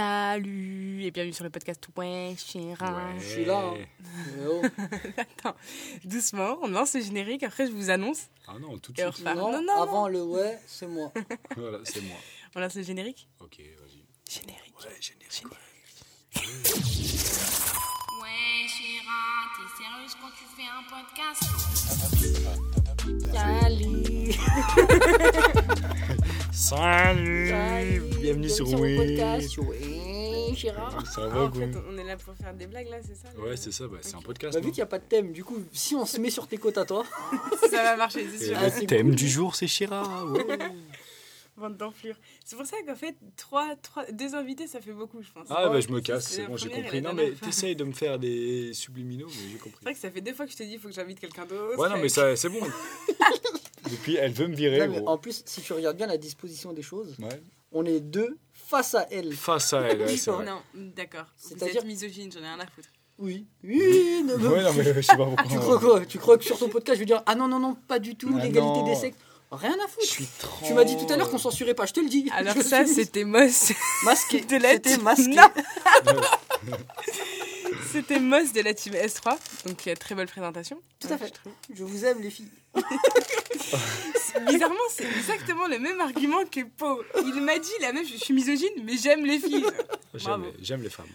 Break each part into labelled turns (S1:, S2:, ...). S1: Salut et bienvenue sur le podcast Ouais, Chérin.
S2: Ouais.
S3: Ah, Je suis là. hein. Mais oh.
S1: Attends, doucement, on lance le générique, après je vous annonce
S2: Ah non, tout de
S1: et on
S2: suite.
S1: repart.
S3: Non,
S1: Non, non, non.
S3: avant le ouais, c'est moi.
S2: Voilà, c'est moi.
S1: On lance le générique
S2: Ok, vas-y.
S1: Générique.
S2: Ouais, générique. ouais.
S4: Ouais, Chérin, t'es sérieuse quand tu fais un podcast Salut
S2: Salut, Bienvenue sur Oui. Eh,
S3: Ouais, Gérard.
S2: Ça
S1: Ah,
S2: va,
S1: en
S2: quoi
S1: fait, on est là pour faire des blagues là, c'est ça le-
S2: Ouais, c'est ça, bah, c'est un podcast.
S3: Bah, vu
S2: non
S3: qu'il n'y a pas de thème, du coup, si on se met sur tes côtes à toi,
S1: Ça va marcher, c'est
S2: Et
S1: sûr.
S3: Ah,
S2: le
S3: c'est
S2: thème
S3: cool. Ah,
S2: du jour, c'est Shira. ouais.
S1: Vente d'enflure. C'est pour ça qu'en fait, trois, trois, deux invités, ça fait beaucoup, je pense.
S2: Ah, bah, je me casse,
S1: C'est
S2: c'est
S1: la
S2: bon, j'ai
S1: première et
S2: compris.
S1: la
S2: Non, mais
S1: dernière fois.
S2: t'essayes de me faire des subliminaux, mais j'ai compris.
S1: C'est vrai que ça fait deux fois que je te dis, il faut que j'invite quelqu'un d'autre.
S2: Ouais, non, mais ça, c'est bon. Depuis, elle veut me virer,
S3: Non, mais en
S2: Eh, gros.
S3: plus, si tu regardes bien la disposition des choses,
S2: Ouais.
S3: on est deux face à elle.
S2: Face à elle, ouais, c'est vrai.
S1: Non, d'accord. Vous
S3: C'est-à-dire-
S1: êtes misogyne, j'en ai rien à foutre.
S3: Oui. Oui, ne me-
S2: Ouais, non, mais je sais pas
S3: Tu crois
S2: pourquoi.
S3: quoi Tu crois que sur ton podcast, je vais dire Ah non, non, non, pas du tout,
S2: Ah
S3: l'égalité
S2: non.
S3: des sexes. Rien à
S2: Je
S3: foutre.
S2: suis trop.
S3: Tu m'as dit tout à l'heure qu'on censurait pas, je te le dis.
S1: Alors,
S3: Je
S1: ça,
S3: suis
S1: c'était Moss.
S3: masqué.
S1: de la
S3: C'était
S1: team-
S3: masqué.
S1: Non. C'était Moss de la team S3. Donc, euh, très belle présentation.
S3: Tout à fait. Je vous aime, les filles.
S1: Bizarrement, c'est exactement le même argument que Po. Il m'a dit la même, je suis misogyne, mais j'aime les filles.
S2: J'aime
S1: Bravo.
S2: les- J'aime les femmes.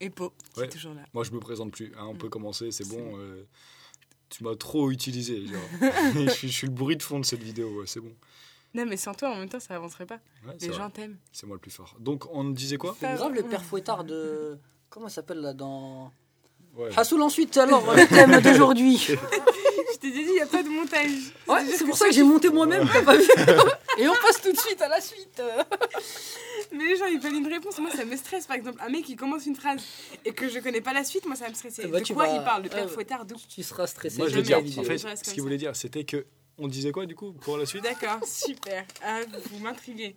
S1: Et Po, qui
S2: Ouais.
S1: est toujours là.
S2: Moi, je me présente plus. hein, on
S1: Mm.
S2: peut commencer, c'est
S1: C'est
S2: bon. euh, tu m'as trop utilisé. genre. je, suis, je suis le bruit de fond de cette vidéo, ouais, c'est bon.
S1: Non, mais sans toi, en même temps, ça avancerait pas.
S2: Ouais, c'est
S1: Les
S2: vrai,
S1: gens t'aiment.
S2: c'est moi le plus fort. Donc, on disait quoi
S3: C'est grave le père fouettard de. Comment il s'appelle là dans.
S2: Ouais.
S1: Ah,
S3: Hassoul ensuite, alors, euh, le thème d'aujourd'hui.
S1: Je t'ai dit, il n'y a pas de montage.
S3: Ouais, c'est pour ça que j'ai monté moi-même, t'as pas vu Et on passe tout de suite à la suite. euh.
S1: Mais les gens, ils veulent une réponse. Moi, ça me stresse, par exemple. Un mec, qui commence une phrase et que je connais pas la suite, moi, ça va me stresser.
S3: Eh ben,
S1: de
S3: tu
S1: quoi
S3: vas-
S1: il parle Le père
S3: ouais.
S1: fouettard, d'où
S3: Tu seras stressé.
S2: Moi, je
S1: le
S2: veux
S3: vais
S1: jamais
S2: dire,
S1: dit.
S2: en fait,
S1: Je reste
S2: ce
S1: comme
S2: qu'il
S1: ça.
S2: voulait dire, c'était que. On disait quoi, du coup, pour la suite
S1: D'accord, super. Ah, vous m'intriguez.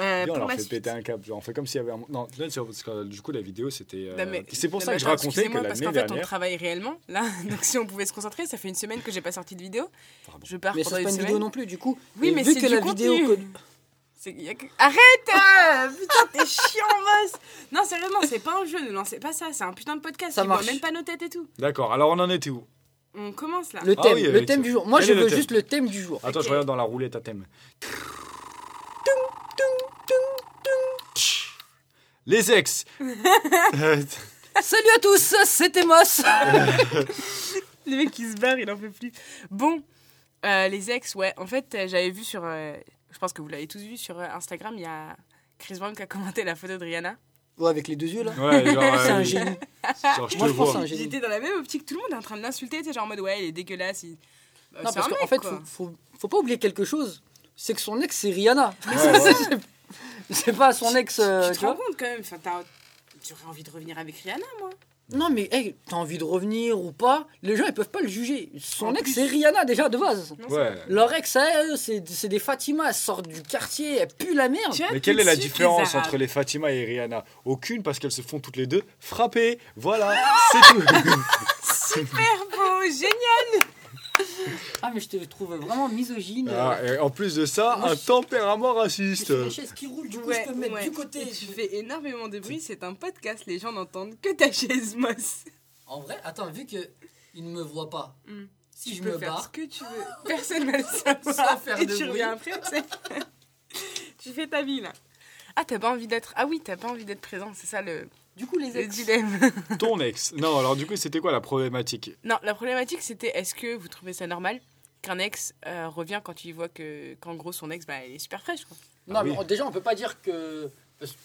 S1: Euh,
S2: Viens, on
S1: pour
S2: leur
S1: ma
S2: fait
S1: suite.
S2: péter un câble. genre, on fait comme s'il y avait un. Non, là, c'est- parce que, euh, du coup, la vidéo, c'était. euh,
S1: Non, mais-
S2: C'est pour
S1: non,
S2: ça
S1: mais
S2: que je
S1: attends,
S2: racontais que
S1: excusez-moi,
S2: l'année
S1: parce qu'en fait, on
S2: dernière.
S1: travaille réellement, là. Donc, si on pouvait se concentrer, ça fait une semaine que j'ai pas sorti de vidéo.
S2: Pardon.
S1: Je pars
S3: Mais ça,
S1: pendant
S3: c'est
S1: une
S3: pas une
S1: semaine.
S3: vidéo non plus, du coup.
S1: Oui,
S3: Et
S1: mais
S3: vu
S1: c'est
S3: que
S1: du
S3: la
S1: contenu.
S3: vidéo. que-
S1: C'est- y a que- Arrête euh, Putain, t'es chiant, boss Non, sérieusement, c'est pas un jeu, ne lancez pas ça, c'est un putain de podcast,
S3: Ça
S1: ils voient
S3: marche.
S1: même pas nos têtes et tout.
S2: D'accord, alors on en était où
S1: On commence là.
S3: Le
S2: Ah
S3: thème,
S2: oui,
S3: le
S2: avec
S3: thème
S2: ça.
S3: du jour. Moi,
S2: Quel
S3: je
S2: est le
S3: veux
S2: thème
S3: juste le thème du jour.
S2: Attends,
S1: Ok.
S2: je regarde dans la roulette à thème. Les ex Euh,
S3: Salut à tous, c'était Moss.
S1: Le mec qui se barre, il en fait plus. Bon, euh, les ex, ouais, en fait, euh, j'avais vu sur. euh, je pense que vous l'avez tous vu sur euh, Instagram, il y a Chris Brown qui a commenté la photo de Rihanna.
S3: Ouais, avec les deux yeux là.
S2: Ouais, genre, euh,
S3: C'est un génie.
S2: genre, je te
S3: Moi, je pense
S2: vois.
S3: que c'est un génie.
S1: J'étais dans la même optique, tout le monde est en train de l'insulter, tu sais, genre en mode ouais, il est dégueulasse. Il... Bah,
S3: Non,
S1: c'est
S3: parce
S1: un
S3: qu'en
S1: mec,
S3: fait,
S1: quoi.
S3: faut, faut, faut pas oublier quelque chose. C'est que son ex, c'est Rihanna.
S2: Ouais, ouais.
S3: C'est pas son ex. euh,
S1: tu
S3: tu
S1: te rends
S3: vois.
S1: compte quand même, enfin, t'as- j'aurais envie de revenir avec Rihanna.
S3: Non, mais hey, t'as envie de revenir ou pas Les gens, ils peuvent pas le juger. Son
S1: En
S3: ex,
S1: plus-
S3: c'est Rihanna déjà de base.
S1: Non,
S2: Ouais.
S3: Leur ex, à eux, c'est c'est des Fatima, elles sortent du quartier, elles puent la merde.
S1: Tu vois,
S2: Mais
S1: tout
S2: quelle est
S1: de
S2: la
S1: suite, les
S2: différence
S1: Arabes.
S2: entre les Fatima et Rihanna Aucune parce qu'elles se font toutes les deux frapper. Voilà, c'est tout.
S1: Super beau, génial
S3: Ah, mais je te trouve vraiment misogyne.
S2: Ah, euh, et en plus de ça,
S3: Moi,
S2: un
S3: je-
S2: tempérament
S3: Je
S2: raciste.
S3: suis la chaise qui roule, du coup,
S1: Ouais,
S3: je peux me mettre
S1: ouais.
S3: du côté.
S1: Et tu fais énormément de bruit, c'est un podcast, les gens n'entendent que ta chaise mosse.
S3: En vrai, attends, vu que il ne me voit pas,
S1: Hmm.
S3: si je
S1: tu
S3: me
S1: peux faire ce
S3: barre,
S1: que tu veux, personne ne va le savoir.
S3: Sans faire
S1: Et
S3: de
S1: tu
S3: bruit.
S1: reviens après, tu sais. tu fais ta vie là. Ah, t'as pas envie d'être. Ah oui, t'as pas envie d'être présent, c'est ça le,
S3: du coup, les
S1: le
S3: ex.
S1: dilemme.
S2: Ton ex. Non, alors du coup, c'était quoi la problématique
S1: Non, la problématique c'était est-ce que vous trouvez ça normal qu'un ex euh, revient quand il voit que qu'en gros son ex bah elle est super fraîche quoi.
S3: Non,
S2: Ah
S3: mais
S2: oui.
S3: on- déjà, on peut pas dire que. parce que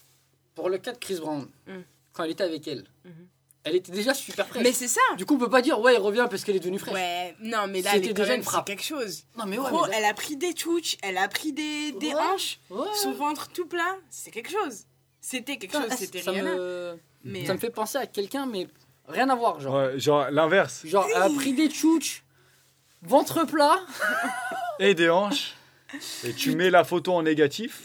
S3: Pour le cas de Chris Brown,
S1: Hmm.
S3: quand elle était avec elle,
S1: Mhm.
S3: elle était déjà super fraîche.
S1: Mais c'est ça.
S3: Du coup, on peut pas dire, ouais, il revient parce qu'elle est devenue fraîche.
S1: Ouais, non mais là
S3: C'était
S1: elle est quand
S3: déjà
S1: même
S3: une
S1: sur
S3: frappe.
S1: quelque chose.
S3: Non, mais ouais,
S1: Gros,
S3: mais-
S1: elle a pris des touches, elle a pris des, des
S3: Ouais.
S1: hanches,
S3: ouais.
S1: son ventre tout plat, c'est quelque chose. C'était quelque chose,
S3: Putain, ah,
S1: c'était
S3: ça
S1: Rihanna.
S3: me...
S1: Mais euh,
S3: ça me fait penser à quelqu'un, mais rien à voir, genre.
S2: Ouais, Genre l'inverse.
S3: Genre, elle a pris des tchouches, ventre plat.
S2: Et des hanches. Et tu mets la photo en négatif.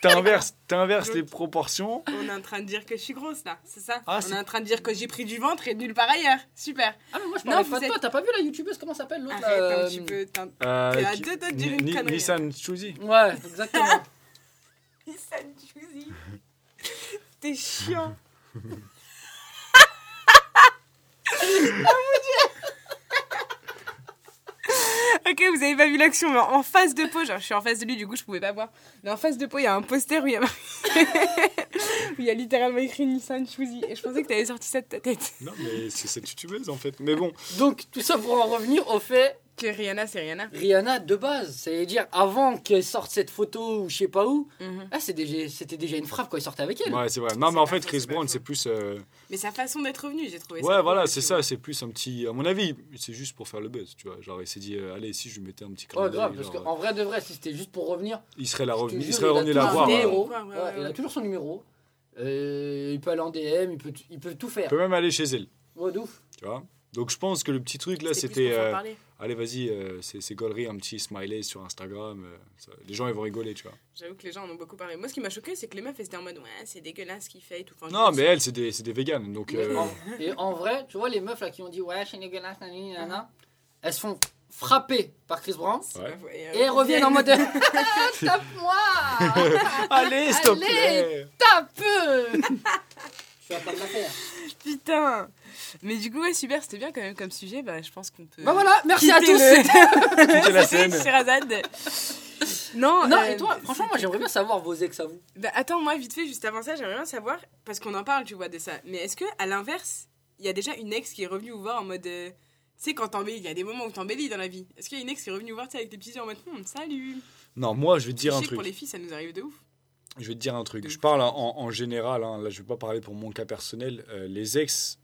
S2: T'inverses, t'inverses les proportions.
S1: on est en train de dire que je suis grosse là, c'est ça
S2: Ah,
S1: On
S2: c'est-
S1: est en train de dire que j'ai pris du ventre et de nulle part ailleurs. Super.
S3: Ah, mais moi, je
S1: Non,
S3: parlais
S1: vous
S3: pas de
S1: êtes-
S3: toi. T'as pas vu la youtubeuse, comment ça s'appelle l'autre
S1: Arrête
S3: là, euh,
S1: un petit peu. t'in-
S2: Euh,
S1: T'es à
S2: qui-
S1: deux doigts de dire une
S2: Ni-
S1: connerie.
S2: Nissan Chuzi.
S3: Ouais, exactement.
S1: Ça me choisit. c'était chiant. Ah, Ok, vous avez pas vu l'action, mais en face de peau, genre je suis en face de lui, du coup je pouvais pas voir. Mais en face de peau, il y a un poster où il y a, où il y a littéralement écrit Nissan Chouzi. Et je pensais que t'avais sorti ça de ta tête.
S2: Non, mais c'est cette youtubeuse en fait. Mais bon,
S3: Donc, tout ça pour en revenir au fait,
S1: Que Rihanna, c'est Rihanna.
S3: Rihanna, de base, c'est-à-dire avant qu'elle sorte cette photo ou je sais pas où,
S1: Mhm.
S3: ah, c'est déjà- c'était déjà une frappe quand il sortait avec elle.
S2: ouais, c'est vrai. Non,
S1: C'est
S2: mais en
S1: pas
S2: fait,
S1: faux,
S2: Chris
S1: c'est pas
S2: Brown,
S1: faux.
S2: c'est plus. euh,
S1: Mais sa façon d'être revenue, j'ai trouvé ça.
S2: Ouais,
S1: cool,
S2: voilà, c'est
S1: tu
S2: ça.
S1: vois.
S2: C'est plus un petit. À mon avis, c'est juste pour faire le buzz, tu vois. Genre, il s'est dit, euh, allez, si je lui mettais un petit clin
S3: Ouais, Oh, grave,
S2: d'œil,
S3: parce
S2: genre,
S3: qu'en vrai de vrai, si c'était juste pour revenir,
S2: il serait la
S3: je te
S2: revenu, il
S3: jure,
S2: serait
S3: il a
S2: revenu la
S3: toujours
S2: voir. hein.
S3: son
S1: idée,
S2: ouais.
S1: gros.
S3: numéro,
S1: Ouais, ouais,
S3: ouais,
S1: ouais,
S3: il a
S1: ouais.
S3: toujours son numéro, Euh, il peut aller en DM, il peut, t- il peut tout
S2: Il
S3: faire.
S2: peut même aller chez elle,
S3: Ouais, de ouf.
S2: tu vois. Donc, je pense que le petit truc là,
S1: plus
S2: c'était.
S1: pour faire
S2: euh,
S1: parler.
S2: allez, vas-y, euh, c'est c'est gaulerie, un petit smiley sur Instagram. euh, ça- les gens, ils vont rigoler, tu vois.
S1: J'avoue que les gens en ont beaucoup parlé. Moi, ce qui m'a choqué, c'est que les meufs, elles étaient en mode Ouais, c'est dégueulasse ce qu'il fait et tout. Enfin,
S2: Non,
S1: je-
S2: mais elle, c'est des, c'est des véganes. Donc,
S3: Et
S2: euh,
S3: en- Et en vrai, tu vois, les meufs là qui ont dit ouais, je suis dégueulasse, nanani, nanana, elles se font frapper par Chris Brown
S1: c'est
S2: Ouais.
S1: pas vrai. euh,
S3: et elles reviennent en mode tape-moi,
S2: allez, s'il te
S3: Allez
S2: plaît.
S3: tape Tu vas pas me la faire.
S1: Putain Mais du coup, ouais, super, c'était bien quand même comme sujet. Bah, je pense qu'on peut.
S3: Bah voilà, merci à
S1: quitter
S3: tous.
S1: le-
S2: Quittez la scène.
S1: C'était Sherazade. Non,
S3: Non,
S1: euh,
S3: et toi, franchement, moi j'aimerais bien savoir vos ex à vous.
S1: bah, attends, moi, vite fait, juste avant ça, j'aimerais bien savoir, parce qu'on en parle, tu vois, de ça. Mais est-ce que, à l'inverse, il y a déjà une ex qui est revenue vous voir en mode. euh, Tu sais, quand t'embellis, il y a des moments où t'embellis dans la vie. Est-ce qu'il y a une ex qui est revenue vous voir, tu sais, avec des petits yeux en mode Hum, salut
S2: Non, moi, je vais te dire
S1: Je
S2: un
S1: sais que
S2: truc.
S1: pour les filles, ça nous arrive de ouf.
S2: Je vais te dire un truc.
S1: De
S2: Je
S1: ouf.
S2: parle en, en général. hein. Là, je ne vais pas parler pour mon cas personnel. Euh, les ex,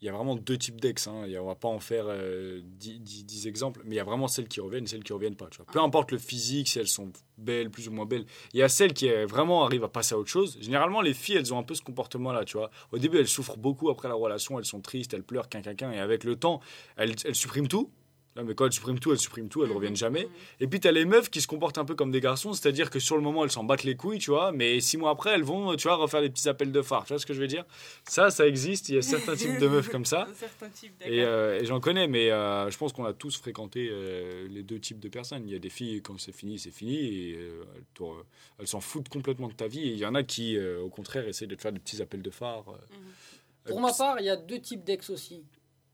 S2: il y a vraiment deux types d'ex. hein. Il y a- On va pas en faire euh, dix, dix- dix exemples, mais il y a vraiment celles qui reviennent et celles qui reviennent pas. tu vois. Peu importe le physique, si elles sont belles, plus ou moins belles. Il y a celles qui euh, vraiment arrivent à passer à autre chose. Généralement, les filles, elles ont un peu ce comportement-là. tu vois. Au début, elles souffrent beaucoup après la relation. Elles sont tristes, elles pleurent, quin, quin, quin. Et avec le temps, elles, elles suppriment tout. Là, mais quand elles suppriment tout, elles suppriment tout, elles ne reviennent jamais. Et puis, tu as les meufs qui se comportent un peu comme des garçons, c'est-à-dire que sur le moment, elles s'en battent les couilles, tu vois, mais six mois après, elles vont, euh, tu vois, refaire des petits appels de phare. Tu vois ce que je veux dire Ça, ça existe, il y a certains types de meufs comme ça.
S1: Un certain type, d'accord.
S2: Et, euh, et j'en connais, mais euh, je pense qu'on a tous fréquenté euh, les deux types de personnes. Il y a des filles, quand c'est fini, c'est fini, et euh, elles t'ont- elles s'en foutent complètement de ta vie. Et il y en a qui, euh, au contraire, essaient de te faire des petits appels de phare. euh.
S1: Mhm.
S3: Mmh. Pour
S2: Euh,
S3: ma part, il y a deux types d'ex aussi.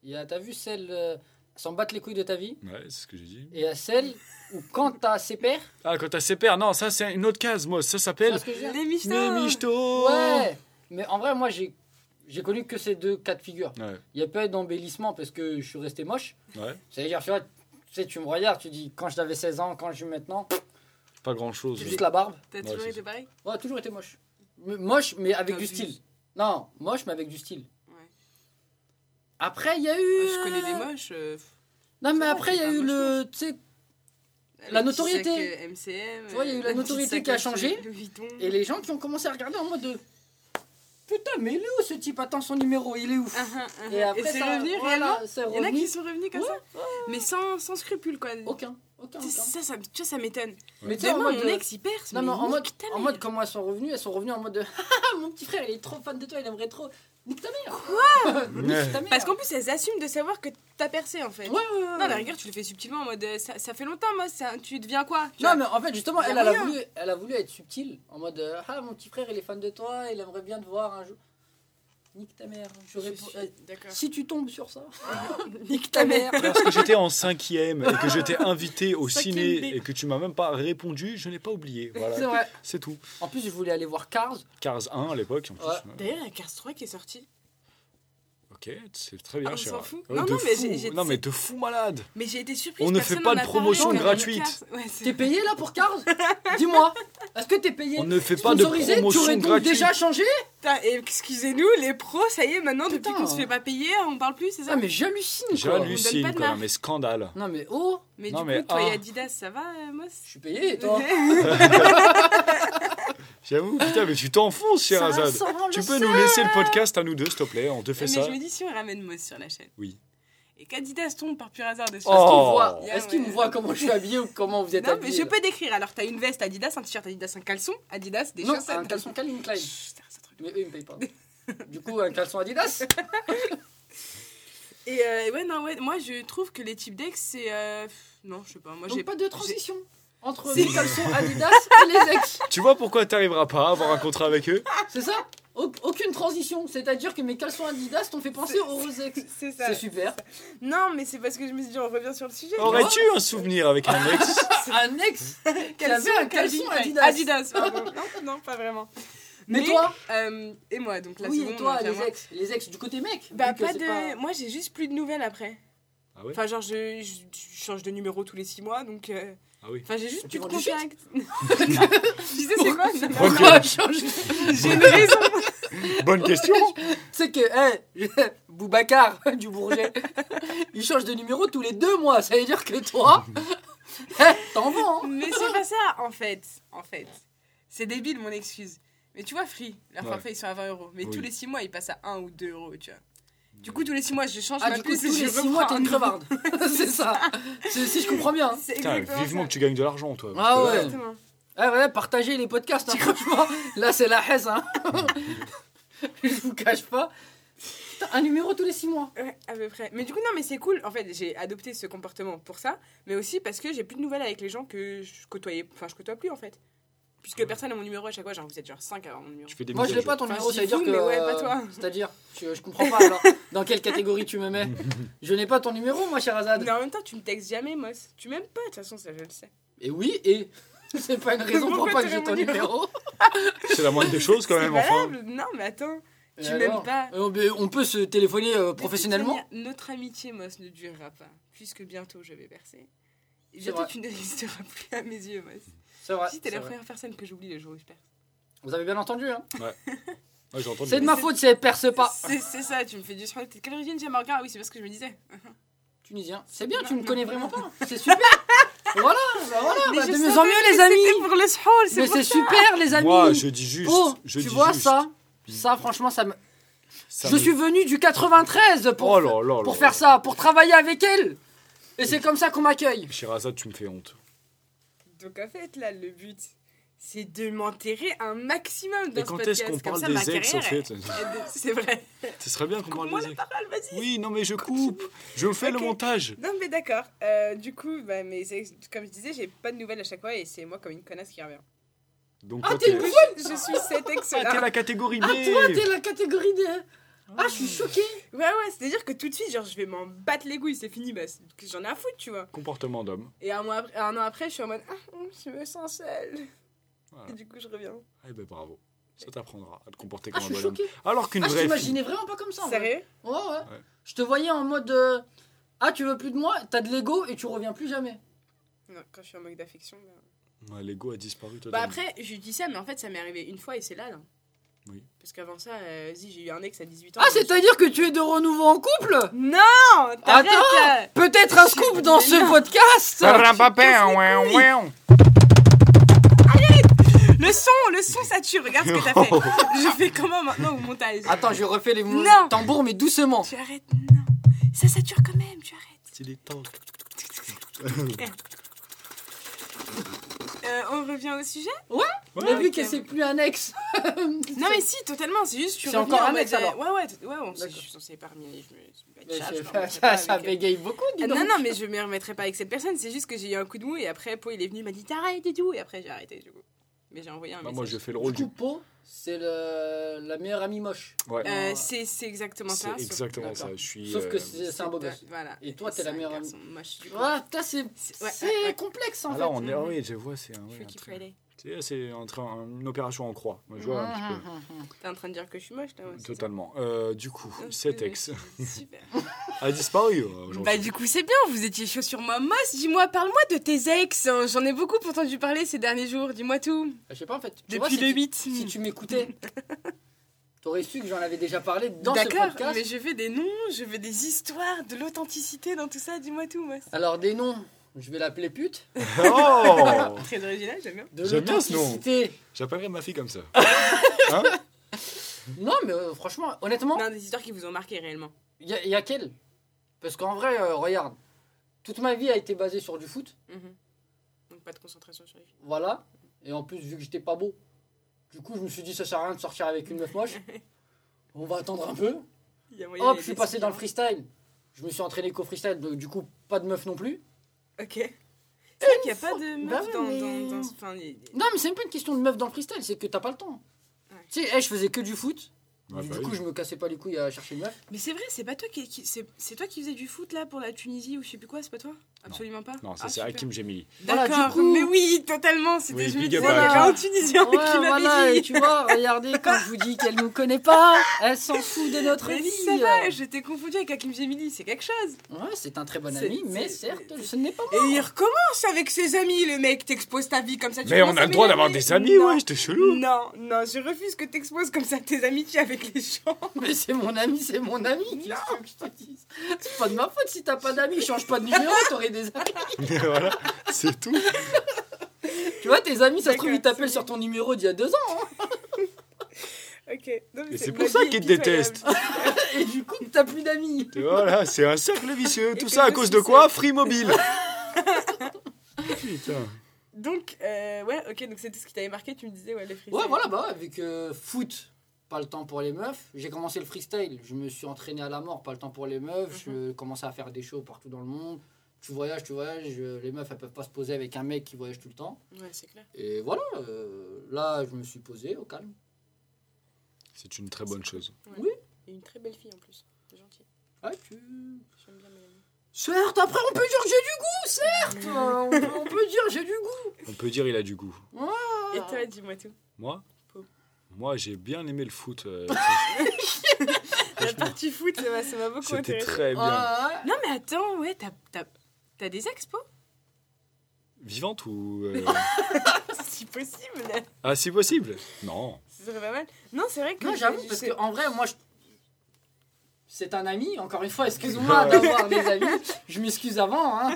S3: Il y a, t'as vu celle euh, s'en battre les couilles de ta vie,
S2: Ouais, c'est ce que j'ai dit.
S3: et il y a celle où quand t'as ses pères,
S2: Ah, quand t'as CPR, non, ça, c'est une autre case, moi, ça
S3: tu
S2: s'appelle.
S3: vois ce que je veux dire
S1: Les michetots
S2: euh, Les michetots
S3: Ouais, mais en vrai, moi j'ai j'ai connu que ces deux cas de figure.
S2: Ouais,
S3: Il y a pas eu d'embellissement parce que je suis resté moche.
S2: ouais.
S3: C'est-à-dire, tu vois, tu sais, tu me regardes, tu dis quand j'avais 16 ans, quand je suis maintenant,
S2: Pas grand chose.
S3: juste la barbe.
S1: T'as
S2: Ouais,
S1: toujours
S2: c'est
S1: été
S2: ça.
S1: pareil
S3: Ouais, toujours été moche. M- moche, mais avec du
S1: T'abuses.
S3: style. Non, moche, mais avec du style.
S1: Ouais.
S3: Après, il y a eu.
S1: Ah, Je connais des
S3: euh,
S1: moches. euh,
S3: Non, mais
S1: Ça va,
S3: après, il y
S1: t'es
S3: a
S1: pas
S3: eu
S1: moche, hein.
S3: le. Tu sais, La notoriété.
S1: euh,
S3: Tu vois, il y a eu la notoriété qui a changé. et les gens qui ont commencé à regarder en mode de. Putain, mais il est où ce type Attends, son numéro, il est où
S1: Ah, Et après, c'est revenu réellement.
S3: voilà, c'est
S1: Il y en a
S3: revenu.
S1: qui sont revenus comme
S3: Ouais,
S1: ça. Mais sans, sans scrupule, quoi.
S3: Aucun, aucun,
S1: Tu sais,
S3: aucun.
S1: Ça, ça, tu vois, ça m'étonne.
S3: Mais tu sais, en
S1: Demain,
S3: mode.
S1: mon
S3: de-
S1: ex, il perce.
S3: Non, mais en mode,
S1: nique ta
S3: en
S1: mère.
S3: mode comment elles sont revenues, elles sont revenues en mode de Ah, mon petit frère, il est trop fan de toi, il aimerait trop. Nique ta mère Quoi Nique ta mère
S1: Parce qu'en plus, elles assument de savoir que t'as percé, en fait.
S3: Ouais, ouais, ouais,
S1: Non, la
S3: ouais.
S1: regarde, tu le fais subtilement en mode euh, ça, ça fait longtemps, moi, ça- tu deviens quoi tu
S3: Non,
S1: vois.
S3: mais en fait, justement,
S1: Y a
S3: elle, elle a
S1: rien.
S3: voulu, elle a voulu être subtile. En mode euh, Ah, mon petit frère, il est fan de toi, il aimerait bien te voir un jour. Nique ta mère. Je
S1: Je
S3: réponds,
S1: suis-
S3: euh,
S1: D'accord.
S3: si tu tombes sur ça,
S1: Nique ta mère.
S2: Parce que j'étais en cinquième et que je t'ai invité au
S1: Cinquième B.
S2: ciné et que tu m'as même pas répondu, je n'ai pas oublié.
S3: c'est
S2: Voilà,
S3: vrai.
S2: c'est tout.
S3: En plus, je voulais aller voir Cars.
S2: Cars 1 à l'époque, en plus. euh,
S3: Ouais.
S1: D'ailleurs, il y a Cars 3 qui est sorti.
S2: Ok, c'est très bien,
S1: Ah, on
S2: cher.
S1: s'en fout.
S2: Ouais,
S1: Non,
S2: de
S1: non, mais
S2: fou.
S1: j'ai- j'ai-
S2: non, mais de fou malade.
S1: Mais j'ai été surprise.
S2: On ne
S1: personne
S2: fait pas
S1: en
S2: de
S1: a parlé,
S2: promotion
S1: quand même,
S2: gratuite.
S1: Cars. Ouais, c'est-
S3: T'es payé là pour Cars Dis-moi, est-ce que t'es payé
S2: On ne fait pas de
S3: Sponsorisé Tu aurais
S2: promotion
S3: donc
S2: gratuite.
S3: déjà changé
S1: Putain, excusez-nous, les pros, ça y est, maintenant, depuis
S3: Putain.
S1: qu'on se fait pas payer, on parle plus, c'est ça
S3: Ah, mais j'hallucine quoi
S1: On donne pas
S2: J'hallucine
S1: de
S2: quand même,
S1: marque.
S2: mais scandale.
S3: Non, mais oh,
S1: Mais
S2: Non,
S1: du
S2: mais ah.
S1: coup, toi
S2: un.
S1: et Adidas, ça va, euh, Moss
S3: je suis payé et toi
S2: J'avoue, putain, mais tu t'enfonces, cher
S3: Ça
S2: Azad.
S3: sent le
S2: Tu peux
S3: sang.
S2: nous laisser le podcast à nous deux, s'il te plaît, on te fait
S1: Mais
S2: ça.
S1: je me dis, si on ramène Moss sur la chaîne.
S2: Oui.
S1: Et qu'Adidas tombe par pur hasard dessus.
S3: Est-ce qu'il
S2: Oh.
S3: me voit,
S1: Yeah,
S3: est-ce qu'il me
S1: ouais.
S3: voit comment je suis habillé ou comment vous êtes
S1: Non, mais
S3: habillé
S1: je peux décrire. Alors, t'as une veste Adidas, un t-shirt Adidas, un caleçon Adidas, des
S3: Non,
S1: chaussettes.
S3: un caleçon Calvin Klein.
S1: Chut, c'est un truc.
S3: Mais eux, ils me payent pas. Du coup, un caleçon Adidas
S1: Et euh, ouais, non, ouais, moi je trouve que les types d'ex, c'est. euh, pff, Non, je sais pas. Moi j'ai
S3: Donc pas de transition entre
S1: Si.
S3: les caleçons Adidas et les ex.
S2: Tu vois pourquoi t'arriveras pas à avoir un contrat avec eux
S3: C'est ça aucune transition. C'est-à-dire que mes caleçons Adidas t'ont fait penser au Rosex.
S1: C'est ça.
S3: C'est super.
S1: Non, mais c'est parce que je me suis dit, on revient sur le sujet.
S2: Aurais-tu un souvenir avec un ex
S3: Un ex qui avait un caleçon Adidas.
S1: Adidas, pardon. Non, non, pas vraiment.
S3: Mais toi
S1: euh, Et moi, donc là,
S3: Oui,
S1: c'est bon,
S3: et toi,
S1: on en fait à
S3: les
S1: moi.
S3: ex, les ex du côté mec.
S1: Bah,
S3: vu que
S1: pas
S3: c'est
S1: de. Moi, j'ai juste plus de nouvelles après.
S2: Ah ouais
S1: Enfin, genre, je, je- je change de numéro tous les six mois, donc. euh,
S2: Ah oui.
S1: Enfin, j'ai juste
S3: Tu
S1: plus de
S3: vends du shit
S1: contacts. je disais, c'est quoi non, non,
S2: Ok.
S3: On va changer.
S1: J'ai une raison.
S2: Bonne question.
S3: Tu sais que, hey, je- Boubacar du Bourget, il change de numéro tous les deux mois. Ça veut dire que toi, hey, t'en vends. hein.
S1: Mais c'est pas ça, en fait. En fait. C'est débile, mon excuse. Mais tu vois, Free, leur
S2: Ouais.
S1: forfait, ils sont à 20 euros. Mais
S2: Oui. Mm.
S1: tous les 6 mois, ils passent à 1 ou 2 euros, tu vois. Du coup, tous les 6 mois, je change
S3: Ah,
S1: ma
S3: du coup,
S1: puce
S3: tous
S1: et je
S3: les six
S1: reprends
S3: mois, t'es
S1: un
S3: une
S1: nouveau.
S3: crevarde. C'est ça. C'est- Si je comprends bien. hein.
S1: C'est
S2: Putain,
S1: exactement
S2: vivement
S1: ça.
S2: que tu gagnes de l'argent, toi.
S3: Ah
S2: Parce que-
S3: ouais.
S1: Exactement.
S3: Ah ouais, partagez les podcasts, hein, franchement. Là, c'est la haise, hein. Je vous cache pas. Putain, un numéro tous les six mois.
S1: Ouais, à peu près. Mais du coup, non, mais c'est cool. En fait, j'ai adopté ce comportement pour ça, mais aussi parce que j'ai plus de nouvelles avec les gens que je côtoyais. Enfin, je côtoie plus en fait. Puisque
S2: Ouais.
S1: personne n'a mon numéro à chaque fois. Genre, vous êtes genre 5 à avoir mon numéro.
S2: Tu fais des
S3: Moi, je
S2: mises à
S3: l'ai
S2: jour.
S3: pas ton
S1: Enfin,
S3: numéro,
S1: je
S3: ça
S1: dis
S3: veut dire
S1: vous,
S3: que.
S1: mais ouais, pas
S3: euh,
S1: toi.
S3: C'est-à-dire, je, je comprends pas alors. Dans quelle catégorie tu me mets Je n'ai pas ton numéro, moi, Sherazade.
S1: Mais en même temps, tu me textes jamais, Moss. Tu m'aimes pas, de toute façon, ça je le sais.
S3: Et oui, et. C'est pas une raison pour
S1: Pourquoi
S3: pas que
S1: t'aurais
S3: j'ai ton
S1: mon numéro
S3: numéro.
S2: C'est la moindre des choses, quand
S1: C'est
S2: même, enfin.
S1: valable. Non, mais attends.
S3: Et
S1: Tu
S3: alors
S1: m'aimes pas.
S3: Euh, on peut- On peut se téléphoner euh, professionnellement
S1: De toute manière, Notre amitié, Moss, ne durera pas. Puisque bientôt je vais percer. Et
S3: C'est
S1: bientôt
S3: vrai.
S1: tu ne résisteras plus à mes yeux, Moss.
S3: C'est vrai.
S1: si t'es
S3: c'est
S1: la
S3: vrai.
S1: première personne que j'oublie le jour où je perce.
S3: Vous avez bien entendu, hein.
S2: Ouais, j'ai entendu.
S3: C'est de ma faute si elle perce pas.
S1: C'est c'est ça, tu me fais du sport. T'es de quelle origine, Jim Morgan Ah oui, c'est parce que je me disais.
S3: Tunisien. C'est bien, tu
S1: Non,
S3: me
S1: non.
S3: connais vraiment pas. C'est super. voilà, bah voilà,
S1: Mais
S3: bah,
S1: je
S3: de mieux en
S1: savais
S3: mieux,
S1: que
S3: les amis.
S1: C'était pour le scroll,
S3: Mais
S1: c'est pour
S3: c'est
S1: ça.
S3: super, les amis.
S2: Moi, je dis juste.
S3: Oh,
S2: je
S3: tu
S2: dis
S3: vois
S2: juste.
S3: ça Ça, franchement, ça me.
S2: Ça
S3: je
S2: me-
S3: suis venu du 93 pour,
S2: Oh là là là
S3: pour
S2: là.
S3: faire ça, pour travailler avec elle. Et c'est comme ça qu'on m'accueille.
S2: Shirazade, tu me fais honte.
S1: Donc en fait, là, le but, c'est de m'enterrer un maximum dans
S2: Et quand
S1: ce
S2: est-ce
S1: podcast.
S2: qu'on
S1: Comme
S2: parle
S1: ça, ma
S2: des ex, au
S1: carrière,
S2: fait
S1: elle- C'est vrai.
S2: Ce serait bien qu'on parle
S1: Coupe-moi
S2: des
S1: la
S2: ex.
S1: parole, vas-y.
S2: Oui, non, mais je coupe. Je fais le
S1: Ok.
S2: montage.
S1: Non, mais d'accord. Euh, du coup, bah, mais c'est- comme je disais, j'ai pas de nouvelles à chaque fois et c'est moi comme une connasse qui revient.
S2: Donc,
S3: Ah,
S2: toi,
S3: t'es
S2: t'es
S3: une
S1: Je je suis cet
S2: Ah, t'es
S1: ex-là.
S2: la catégorie B.
S3: Ah, toi, t'es la catégorie D. Ah, je suis choquée.
S1: Ouais, ouais, c'est-à-dire que tout de suite, genre, je vais m'en battre les couilles, c'est fini, bah, c'est- j'en ai à foutre, tu vois.
S2: Comportement d'homme.
S1: Et un, mois après- un an après, je suis en mode, ah, je me sens seule.
S2: Voilà.
S1: Et du coup, je reviens.
S2: Eh ben, bravo. Ça t'apprendra à te comporter
S3: Ah,
S2: comme
S3: je
S2: un
S3: suis
S2: bonhomme.
S3: choquée.
S2: Alors qu'une
S3: Ah, je
S2: vraie fille.
S3: t'imaginais vraiment pas comme ça. en vrai.
S1: Sérieux
S3: Ouais, ouais.
S2: Ouais.
S3: Je te voyais en mode. euh, Ah, tu veux plus de moi T'as de l'ego et tu reviens plus jamais.
S1: Non, quand je suis en manque d'affection. bah-
S2: Ouais, L'ego a disparu totalement.
S1: Bah après, je dis ça, mais en fait, ça m'est arrivé une fois et c'est là, là.
S2: Oui.
S1: Parce qu'avant ça, euh, si, j'ai eu un ex à 18 ans.
S3: Ah,
S1: donc je-
S3: c'est-à-dire que tu es de renouveau en couple
S1: Non t'arrêtes, euh.
S3: Peut-être un scoop dans ce podcast
S1: Le son, le son, ça tue, regarde ce que t'as fait. je fais comment maintenant au montage
S3: Attends, je refais les mouvements
S1: Non.
S3: de tambour, mais doucement.
S1: Tu arrêtes, non. Ça sature quand même, tu arrêtes.
S2: Il est temps.
S1: Euh, on revient au sujet
S3: On a
S1: Ouais,
S3: vu
S1: ok.
S3: que c'est plus un ex.
S1: Non mais si, totalement, c'est juste que je
S3: C'est
S1: revenais
S3: encore
S1: en
S3: un ex,
S1: mode, euh,
S3: alors
S1: Ouais, ouais, t- ouais, on s'est-
S3: D'accord.
S1: je suis censée épargner, je me je me
S3: Mais
S1: bats de charge,
S3: je-
S1: je me remettrai
S3: ça,
S1: pas
S3: ça
S1: avec, euh,
S3: bégaye beaucoup, dis
S1: Ah,
S3: donc.
S1: non, non, mais je me remettrai pas avec cette personne, c'est juste que j'ai eu un coup de mou et après, Po il est venu, il m'a dit t'arrêtes et tout, et après j'ai arrêté du coup. Mais j'ai envoyé un
S2: Bah,
S1: message.
S2: moi, je fais le
S3: Du
S2: rôle du.
S3: coup, Po, c'est le- la meilleure amie moche.
S2: Ouais.
S1: Euh, c'est c'est exactement ça.
S2: C'est
S1: sauf-
S2: exactement ça.
S3: D'accord.
S2: Je suis.
S3: Sauf que
S2: euh,
S3: c'est c'est un beau
S1: c'est-
S3: gosse.
S1: Voilà.
S3: Et toi, t'es
S1: C'est
S3: la
S1: un
S3: meilleure
S1: garçon moche, du coup.
S3: Ah, putain, c'est
S1: C'est- ouais,
S3: c'est
S1: ouais, ouais.
S3: complexe en
S2: Ah
S3: fait.
S2: là, on est. Ah oui, je vois, c'est un. ouais, un
S1: Freaky
S2: truc.
S1: Friday.
S2: Tu sais, C'est un train- une opération en croix. Moi, Je vois
S3: Ah,
S2: un petit peu.
S1: T'es en train de dire que je suis moche là ouais, c'est ça
S2: Totalement. Euh, du coup,
S1: Non,
S2: cet
S1: c'est-
S2: ex
S1: Super.
S2: a disparu. euh, aujourd'hui.
S1: Bah du coup c'est bien, vous étiez chaud sur moi. Moss, dis-moi, parle-moi de tes ex. hein. J'en ai beaucoup entendu parler ces derniers jours, dis-moi tout.
S3: Je sais pas en fait. Tu
S1: Depuis
S3: vois, si
S1: le
S3: tu-
S1: 8.
S3: Si tu m'écoutais, t'aurais su que j'en avais déjà parlé dans ce
S1: D'accord,
S3: podcast.
S1: mais je veux des noms, je veux des histoires, de l'authenticité dans tout ça, dis-moi tout Moss.
S3: Alors des noms, je vais l'appeler pute.
S2: Oh
S1: Très original, j'aime bien.
S3: De
S2: J'aime bien ce nom.
S3: l'authenticité.
S2: J'appellerai ma fille comme ça.
S3: Non mais euh, franchement, honnêtement,
S1: Non, des histoires qui vous ont marqué réellement.
S3: il y, a- y a quelle Parce qu'en vrai, euh, regarde, toute ma vie a été basée sur du foot,
S1: Mhm. Donc pas de concentration sur les filles.
S3: voilà. Et en plus, vu que j'étais pas beau, du coup, je me suis dit ça sert à rien de sortir avec une meuf moche. On va attendre un peu.
S1: Il y a moyen, il
S3: Hop,
S1: y a
S3: je suis
S1: des
S3: passé dans le
S1: filles,
S3: freestyle. Je me suis entraîné qu'au freestyle, donc du coup, pas de meuf non plus.
S1: hein. Ok. C'est vrai qu'il n'y a pas de
S3: Bah
S1: meuf
S3: ouais,
S1: dans,
S3: mais-
S1: dans, dans- enfin, il y a-
S3: Non, mais c'est même pas une question de meuf dans le freestyle, c'est que t'as pas le temps.
S1: Ouais.
S3: Tu sais, hey, je faisais que du foot. Ah du bah coup, oui. je me cassais pas les couilles à chercher une meuf.
S1: Mais c'est vrai, c'est pas toi qui, qui c'est, toi qui faisais du foot là pour la Tunisie ou je sais plus quoi, c'est pas toi Absolument
S2: non.
S1: pas.
S2: Non, ça ah, c'est Hakim Gemili.
S1: D'accord, voilà, coup... mais oui, totalement. C'était oui, je me disais, voilà. un Tunisien ouais, qui m'avait
S3: voilà, dit. tu vois, regardez, quand je vous dis qu'elle nous connaît pas, elle s'en fout de notre mais vie.
S1: Ça va, j'étais confondue avec Hakim Gemili, c'est quelque chose.
S3: Ouais, c'est un très bon ami, mais certes, ce n'est pas
S1: moi. Et il recommence avec ses amis, le mec, t'expose ta vie comme ça.
S2: Tu mais on a le droit d'avoir des amis, ouais, j'étais chelou.
S1: Non, non, je refuse que t'exposes comme ça tes amitiés avec les gens.
S3: Mais c'est mon ami, c'est mon ami. C'est pas de ma faute si t'as pas d'amis, change pas de numéro, t'aurais des amis.
S2: voilà, c'est tout.
S3: tu vois, tes amis, ça se trouve, ils t'appellent sur ton numéro d'il y a deux ans. Hein.
S1: ok.
S2: Non, mais Et c'est pour ça qu'ils te détestent.
S3: Et du coup, t'as plus d'amis.
S2: Voilà, c'est un cercle vicieux. Tout Et ça à cause de quoi Free Mobile. Putain.
S1: Donc, euh, ouais, ok, donc c'est tout ce qui t'avait marqué, tu me disais, ouais, les freestyles.
S3: Ouais, voilà, bah, avec euh, foot, pas le temps pour les meufs. J'ai commencé le freestyle, je me suis entraîné à la mort, pas le temps pour les meufs. Mm -hmm. Je commençais à faire des shows partout dans le monde tu voyages, tu voyages, les meufs elles peuvent pas se poser avec un mec qui voyage tout le temps.
S1: Ouais, c'est clair.
S3: Et voilà, euh, là je me suis posé au calme.
S2: C'est une très bonne chose.
S3: Ouais. Oui.
S1: Et une très belle fille en plus, gentille.
S3: Ah tu.
S1: J'aime bien mes amis.
S3: Certes, après on peut dire j'ai du goût, certes euh, on, peut, on, peut, dire j'ai du goût
S2: On peut dire il a du goût.
S1: Ah. Et toi, dis-moi tout.
S2: Moi Pou. Moi j'ai bien aimé le foot. Euh,
S1: La partie foot, ça m'a beaucoup
S2: C'était très
S3: Oh.
S2: bien. Ah.
S1: Non mais attends, ouais, t'as... T'as des expos
S2: Vivantes ou. Euh...
S1: si possible
S2: Ah, si possible Non.
S1: Ce serait pas mal. Non, c'est vrai que.
S3: Non, j'avoue, parce qu'en vrai, moi, je... C'est un ami, encore une fois, excuse-moi d'avoir des amis. Je m'excuse avant, hein.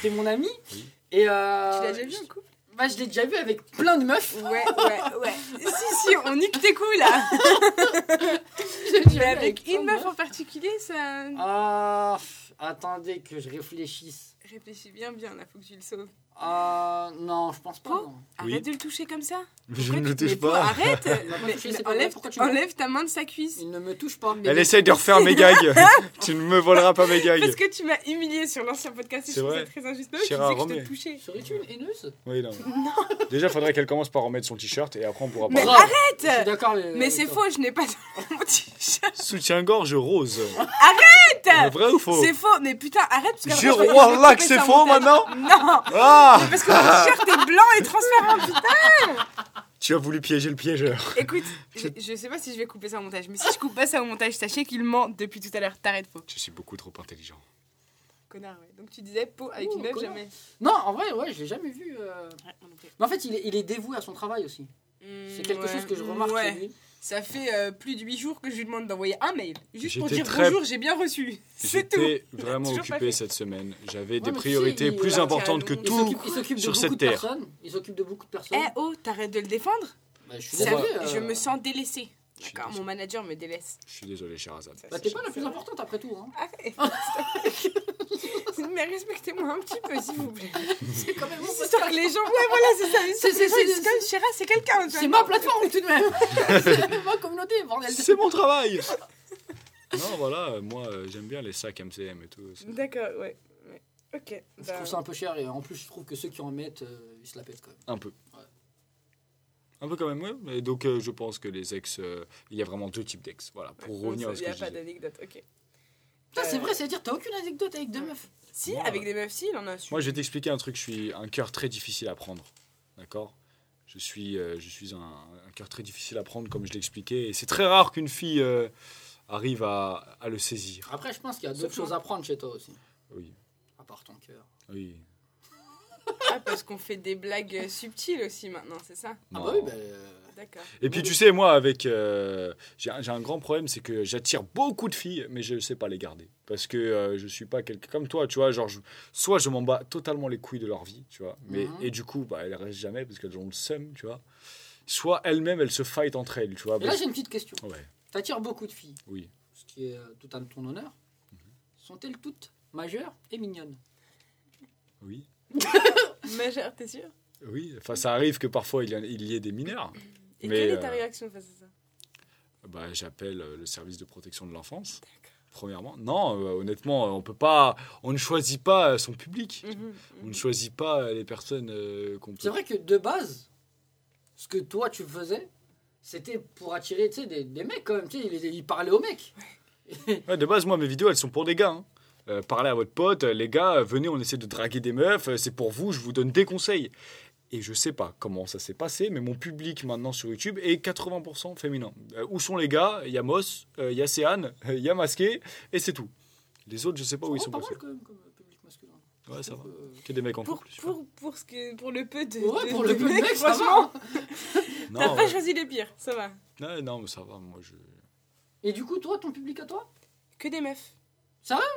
S3: T'es mon ami. Oui. Et euh...
S1: Tu l'as déjà vu en couple
S3: bah, je l'ai déjà vu avec plein de meufs.
S1: Ouais, ouais, ouais. si, si, on nique tes couilles là. Mais avec une meuf en particulier, ça.
S3: Ah, attendez que je réfléchisse.
S1: Réfléchis bien, bien, là, faut que tu le sauves.
S3: Euh, non, je pense pas.
S1: Oh, arrête oui. de le toucher comme ça.
S2: Je ne le touche pas.
S1: arrête. mais, mais pas enlève, vrai, tu enlève ta main de sa cuisse.
S3: Il ne me touche pas.
S2: Elle essaye de refaire mes gags. tu ne me voleras pas mes gags.
S1: Parce que tu m'as humilié sur l'ancien podcast. C'est vrai. très injuste. Tu disais que je te touchais.
S3: Serais-tu une haineuse
S2: Oui, non. non. Déjà, faudrait qu'elle commence par remettre son t-shirt et après on pourra
S1: mais
S2: parler.
S1: Mais arrête. d'accord. Mais c'est faux, je n'ai pas mon t-shirt.
S2: Ah, Soutien-gorge rose.
S1: Arrête.
S2: vrai ou faux
S1: C'est faux. Mais putain, arrête.
S2: Jure, wallah que c'est faux maintenant.
S1: Non.
S2: Ah
S1: Parce que le t-shirt est blanc et transparent, putain
S2: Tu as voulu piéger le piégeur.
S1: Écoute, je, je sais pas si je vais couper ça au montage, mais si je coupe pas ça au montage, sachez qu'il ment depuis tout à l'heure. T'arrêtes, faux.
S2: Je suis beaucoup trop intelligent.
S1: Connard, ouais. Donc tu disais peau avec
S3: Ouh,
S1: une meuf,
S3: connard.
S1: jamais.
S3: Non, en vrai, ouais, je l'ai jamais vu. Euh... mais en fait, il est, il est, dévoué à son travail aussi. Mmh, C'est
S1: Mm,
S3: quelque ouais. chose que je remarque ouais. chez lui.
S1: Hmm, Ça fait euh, plus de 8 jours que je lui demande d'envoyer un mail. Juste pour dire très... bonjour, j'ai bien reçu. C'est tout.
S2: J'étais vraiment occupé cette semaine. J'avais ouais, des priorités plus il... importantes que tout sur cette terre.
S3: Il s'occupe de beaucoup de personnes.
S1: Eh oh, t'arrêtes de le défendre
S3: bah, je, suis désolé,
S1: euh... je me sens délaissé. D'accord, mon manager me délaisse.
S2: Je suis désolé, Sherazade.
S3: Bah, t'es pas la plus importante après tout. Hein.
S1: Ah, mais respectez-moi un petit peu, s'il vous plaît.
S3: C'est quand même mon
S1: histoire que les gens. Ouais, voilà, c'est ça. C'est c'est c'est quelqu'un.
S3: C'est ma plateforme tout de même. c'est ma communauté, bordel.
S2: C'est mon travail. non, voilà, moi euh, j'aime bien les sacs MCM et tout.
S1: D'accord, ouais. ouais. Ok. bah,
S3: Je trouve ça un peu cher et en plus je trouve que ceux qui en mettent, euh, ils se la pètent quand même.
S2: Un peu. Ouais. Un peu quand même, oui. Et donc euh, je pense que les ex, euh, il y a vraiment deux types d'ex. Voilà, pour ouais, revenir à ce que
S1: Il
S2: n'y
S1: a pas d'anecdote, ok.
S3: Putain, c'est vrai, c'est-à-dire t'as aucune anecdote avec deux meufs.
S1: Si, Moi, avec des meufs, si, il en a su.
S2: euh, Moi, je vais t'expliquer un truc. Je suis un cœur très difficile à prendre. D'accord je suis, euh, je suis un, un cœur très difficile à prendre, comme je l'expliquais. Et c'est très rare qu'une fille euh, arrive à, à, le saisir.
S3: Après, je pense qu'il y a d'autres choses à prendre chez toi aussi.
S2: Oui.
S3: À part ton cœur.
S2: Oui.
S1: ah, parce qu'on fait des blagues euh, subtiles aussi maintenant, c'est ça
S3: non. Ah, bah oui, bah. Euh...
S2: Et puis tu sais, moi, avec, euh, j'ai un grand problème, c'est que j'attire beaucoup de filles, mais je ne sais pas les garder. Parce que euh, je suis pas quelqu'un comme toi, tu vois. Genre, je, soit je m'en bats totalement les couilles de leur vie, tu vois. Mais, mm
S3: Mhm.
S2: -hmm. Et du coup, bah, elles restent jamais parce qu'elles ont le seum, tu vois. Soit elles-mêmes, elles se fight entre elles, tu vois.
S3: Et là, j'ai une petite question.
S2: Ouais.
S3: T'attires beaucoup de filles.
S2: Oui.
S3: Ce qui est euh, tout à ton honneur. Mm -hmm. Sont-elles toutes majeures et mignonnes
S2: Oui.
S1: majeures, t'es sûr
S2: Oui. Enfin, ça arrive que parfois il y, a, il y ait des mineurs.
S1: Et Mais, quelle
S2: euh,
S1: est ta réaction face à ça
S2: bah, J'appelle le service de protection de l'enfance. Premièrement, non, euh, honnêtement, on peut pas, on ne choisit pas son public, mm
S1: Mhm,
S2: -hmm. on ne choisit pas les personnes euh, qu'on peut.
S3: C'est vrai que de base, ce que toi tu faisais, C'était pour attirer tu sais, des, des mecs quand même. Tu sais, il, il parlait aux mecs.
S2: Ouais, de base, moi, mes vidéos, elles sont pour des gars. hein. Euh, parlez à votre pote, euh, les gars, euh, venez, on essaie de draguer des meufs, euh, c'est pour vous, je vous donne des conseils. Et je sais pas comment ça s'est passé, mais mon public maintenant sur YouTube est 80% féminin. Euh, où sont les gars Il y a Moss, euh, il y a Céane, euh, il y a Masqué, et c'est tout. Les autres, je sais pas où ils
S3: Oh,
S2: sont
S3: pas
S2: passés.
S3: mal quand même comme public masculin.
S2: Ouais, ça va.
S3: Donc, euh,
S2: Que des mecs en
S1: Pour,
S2: couple.
S1: pour, pour, ce que, pour le peu de.
S3: Ouais,
S1: de-
S3: pour
S1: de
S3: le peu de
S1: mecs,
S3: mecs, ça
S1: franchement,
S2: Non,
S1: t'as pas
S2: euh,
S1: choisi les pires, ça va.
S2: ouais, non, mais ça va, moi, je...
S3: Et du coup, toi, ton public à toi
S1: Que des meufs.
S3: Ça va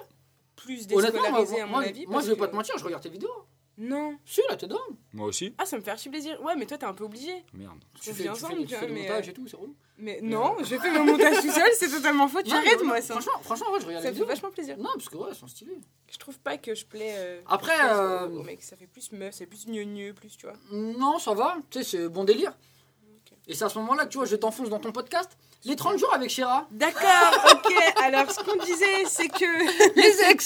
S1: Plus
S3: Honnêtement, moi,
S1: déscolarisés, à mon
S3: moi,
S1: avis.
S3: moi,
S1: parce
S3: je vais
S1: que-
S3: pas te mentir, je regarde tes vidéos. hein.
S1: Non.
S3: Si, là, t'es dingue.
S2: Moi aussi
S1: Ah, ça me fait archi plaisir. Ouais, mais toi, t'es un peu obligé.
S2: Merde.
S1: On
S3: Tu
S1: vit
S3: fais, tu
S1: ensemble,
S3: fais, tu
S1: tu vois,
S3: fais le
S1: mais,
S3: montage
S1: euh,
S3: et tout, c'est relou.
S1: Mais non, je fais mon montage tout seul, c'est totalement faux. Tu
S3: Non,
S1: arrêtes, moi,
S3: mais non,
S1: ça.
S3: Franchement, franchement, ouais, je regarde
S1: Ça
S3: les
S1: me fait
S3: vidéos.
S1: vachement plaisir.
S3: Non, parce que ouais, elles sont stylées.
S1: Je trouve pas que je plais. euh,
S3: Après,
S1: plus,
S3: euh,
S1: au- au mec, ça fait plus meuf, c'est plus gneu plus, tu vois.
S3: Non, ça va, tu sais, c'est bon délire. Et c'est à ce moment-là que tu vois, je t'enfonce dans ton podcast. Les 30 jours avec Chéra.
S1: D'accord, ok. Alors, ce qu'on disait, c'est que.
S3: Les ex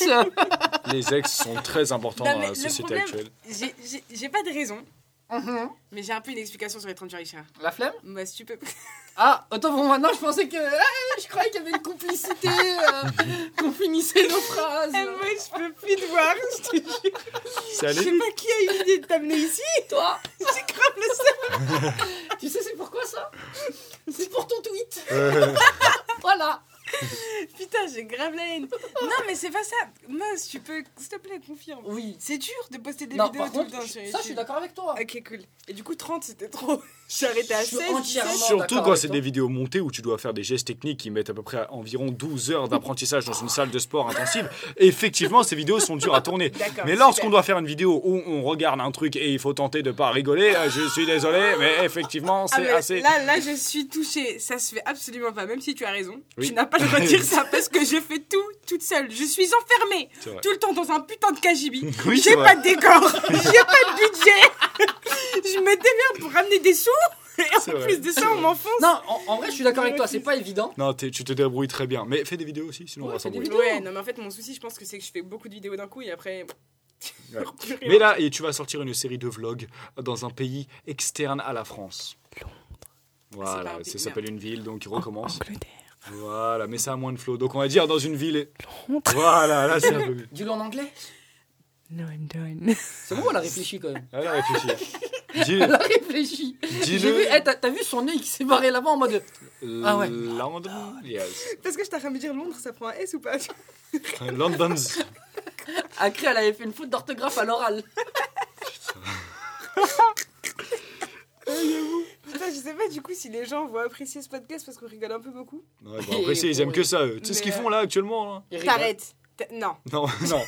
S2: Les ex sont très importants
S1: Non,
S2: dans
S1: mais
S2: la
S1: le
S2: société
S1: problème-
S2: actuelle.
S1: j'ai- j'ai- J'ai pas de raison,
S3: Mhm.
S1: mais j'ai un peu une explication sur les 30 jours, Richard.
S3: La flemme
S1: Bah, si tu peux.
S3: Ah, autant pour maintenant, je pensais que. Ah, je croyais qu'il y avait une complicité, euh, qu'on finissait nos phrases.
S1: Eh, moi, je peux plus te voir. Je te jure.
S2: C'est
S1: Je
S2: allé
S1: sais pas qui a eu l'idée de t'amener ici.
S3: Toi,
S1: J'ai grave le seum.
S3: tu sais, c'est pourquoi ça C'est pour ton tweet.
S2: Euh,
S3: Voilà.
S1: Putain, j'ai grave la haine. Non, mais c'est pas ça. Mince, tu peux, s'il te plaît, confirme.
S3: Oui.
S1: C'est dur de poster des
S3: non,
S1: vidéos
S3: par
S1: tout le
S3: contre,
S1: temps sur
S3: je-
S1: YouTube.
S3: ça, je suis d'accord avec toi.
S1: Ok, cool. Et du coup, 30, c'était trop. Je suis arrêtée à
S3: Je suis
S1: 16.
S3: entièrement-
S1: 17.
S2: Surtout
S3: d'accord
S2: quand
S3: avec
S2: c'est
S3: toi.
S2: des vidéos montées où tu dois faire des gestes techniques qui mettent à peu près à- environ 12 heures d'apprentissage dans une salle de sport intensive. Effectivement, ces vidéos sont dures à tourner.
S1: D'accord.
S2: Mais lorsqu'on doit faire une vidéo où on regarde un truc et il faut tenter de pas rigoler, euh, je suis désolé, mais effectivement,
S1: Ah,
S2: c'est
S1: mais
S2: assez.
S1: là, là, je suis touchée. Ça se fait absolument pas, même si tu as raison.
S2: Oui.
S1: Tu n'as pas le droit de dire ça parce que je fais tout toute seule. Je suis enfermée
S2: C'est vrai.
S1: tout le temps dans un putain de cagibi.
S2: Oui, c'est
S1: J'ai pas
S2: vrai.
S1: de décor, j'ai pas de budget. je me démerde pour ramener des sous. Et en
S2: C'est
S1: plus
S2: vrai.
S1: de ça, on m'enfonce.
S3: Non, en, en vrai, je suis d'accord avec toi, c'est pas évident.
S2: Non, t'es- tu te débrouilles très bien. Mais fais des vidéos aussi, sinon on
S3: Ouais,
S2: va
S3: fais des
S2: s'embrouiller.
S3: vidéos.
S1: Ouais, non, mais en fait, mon souci, je pense que c'est que je fais beaucoup de vidéos d'un coup et après.
S2: Ouais.
S1: Plus rien.
S2: Mais là, et tu vas sortir une série de vlogs dans un pays externe à la France.
S1: C'est pas
S2: Voilà,
S1: un
S2: ça
S1: pays,
S2: s'appelle une ville, donc il recommence.
S1: Angleterre.
S2: Voilà, mais ça a moins de flow. Donc on va dire dans une ville. Voilà, là c'est un peu mieux.
S3: Dis-le en anglais.
S1: No, I'm done.
S3: C'est bon, elle a réfléchi quand même.
S2: Elle a réfléchi. Dis-
S3: Elle a réfléchi. J'ai vu,
S2: Dis-le.
S3: eh, t'as t'as vu son œil qui s'est barré là-bas en mode. Ah ouais.
S2: London. Yes.
S1: Parce que je t'ai rien dire Londres, ça prend un S ou pas
S2: London's.
S3: Acré, elle avait fait une faute d'orthographe à l'oral.
S1: Putain, je sais pas du coup si les gens vont apprécier ce podcast parce qu'on rigole un peu beaucoup.
S2: Ouais, bon, après, c'est- ils aiment que ça. eux. Tu sais ce
S1: Mais,
S2: qu'ils font là actuellement là
S3: Il rigole.
S1: T'arrêtes. T'as- Non,
S2: Non, non.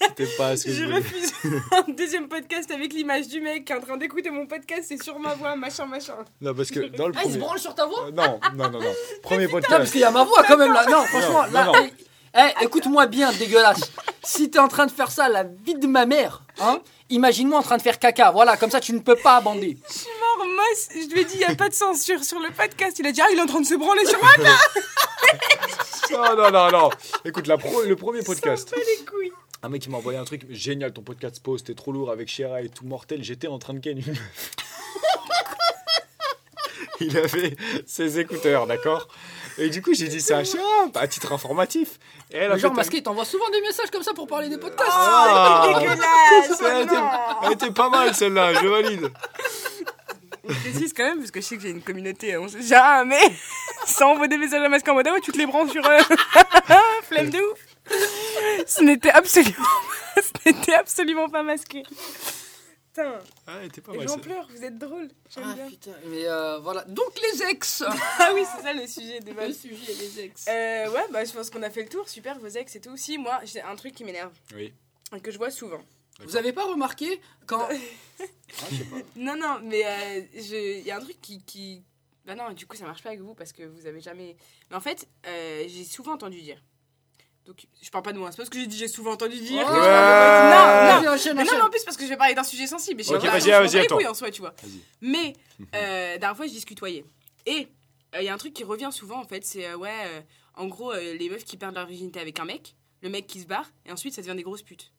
S2: C'était pas ce que je
S1: je
S2: voulais.
S1: refuse un deuxième podcast avec l'image du mec qui est en train d'écouter mon podcast c'est sur ma voix, machin, machin.
S2: Non, parce que dans le
S3: Ah, il se
S2: premier.
S3: branle sur ta voix
S2: Euh, Non, non, non, non. Premier
S3: Non, parce
S2: podcast.
S3: qu'il y a ma voix quand même là. Non, franchement,
S2: non,
S3: là.
S2: non.
S3: eh, eh, écoute-moi bien, dégueulasse. Si t'es en train de faire ça à la vie de ma mère, hein, imagine-moi en train de faire caca. Voilà, comme ça tu ne peux pas abonder.
S1: Mort, Moss, je lui ai dit, il a pas de censure sur le podcast. Il a dit, ah, il est en train de se branler sur moi.
S2: Non, Oh non, non, non. Écoute, la pro- le premier podcast.
S1: Pas les couilles.
S2: Un mec qui m'a envoyé un truc génial, ton podcast pose, t'es trop lourd avec Shira et tout mortel, j'étais en train de ken une meuf. Il avait ses écouteurs, d'accord Et du coup, j'ai dit, c'est un chien, à titre informatif. Et elle a
S3: Le genre
S2: fait-
S3: masqué, il t'envoie souvent des messages comme ça pour parler des podcasts.
S1: Ah,
S2: Ah.
S1: dégueulasse.
S2: Elle était,
S1: non.
S2: elle était pas mal celle-là, je valide.
S1: Je précise quand même, parce que je sais que j'ai une communauté, on sait jamais. Ça envoie des messages à masque en mode, ah ouais, tu te les branles sur. euh, Flemme de ouf. Ce n'était absolument, ce n'était absolument pas masqué. Putain,
S2: Ah, elle était pas
S1: les
S2: mal.
S1: gens
S2: celle-là.
S1: pleurent, vous êtes drôles. J'aime
S3: Ah,
S1: bien.
S3: putain, mais euh, voilà. Donc les ex.
S1: Ah oui, c'est ça le sujet des
S3: Le
S1: vagues.
S3: sujet les ex.
S1: Euh, ouais, bah je pense qu'on a fait le tour. Super, vos ex et tout. Si, moi, j'ai un truc qui m'énerve,
S2: Oui.
S1: que je vois souvent.
S3: Vous avez pas remarqué quand
S1: Non, non, mais euh, je- il y a un truc qui, qui. Bah non, du coup, ça marche pas avec vous parce que vous avez jamais. Mais en fait, euh, j'ai souvent entendu dire. Donc, je parle pas de moi, c'est parce que j'ai dit j'ai souvent entendu dire. que je
S2: Ouais.
S1: parle de moi. Non, non.
S3: Vas-y, enchaîne,
S1: Mais non,
S3: enchaîne.
S1: mais en plus, parce que je vais parler d'un sujet sensible. Et je sais
S2: Ok,
S1: pas,
S2: vas-y,
S1: je m'en
S2: vas-y,
S1: bats les
S2: attends.
S1: couilles en soi, tu vois.
S2: Vas-y.
S1: Mais, euh, dernière fois, je discutoyais. Et euh, il y a un truc qui revient souvent, en fait, c'est euh, ouais, euh, en gros, euh, les meufs qui perdent leur virginité avec un mec, le mec qui se barre, et ensuite, ça devient des grosses putes.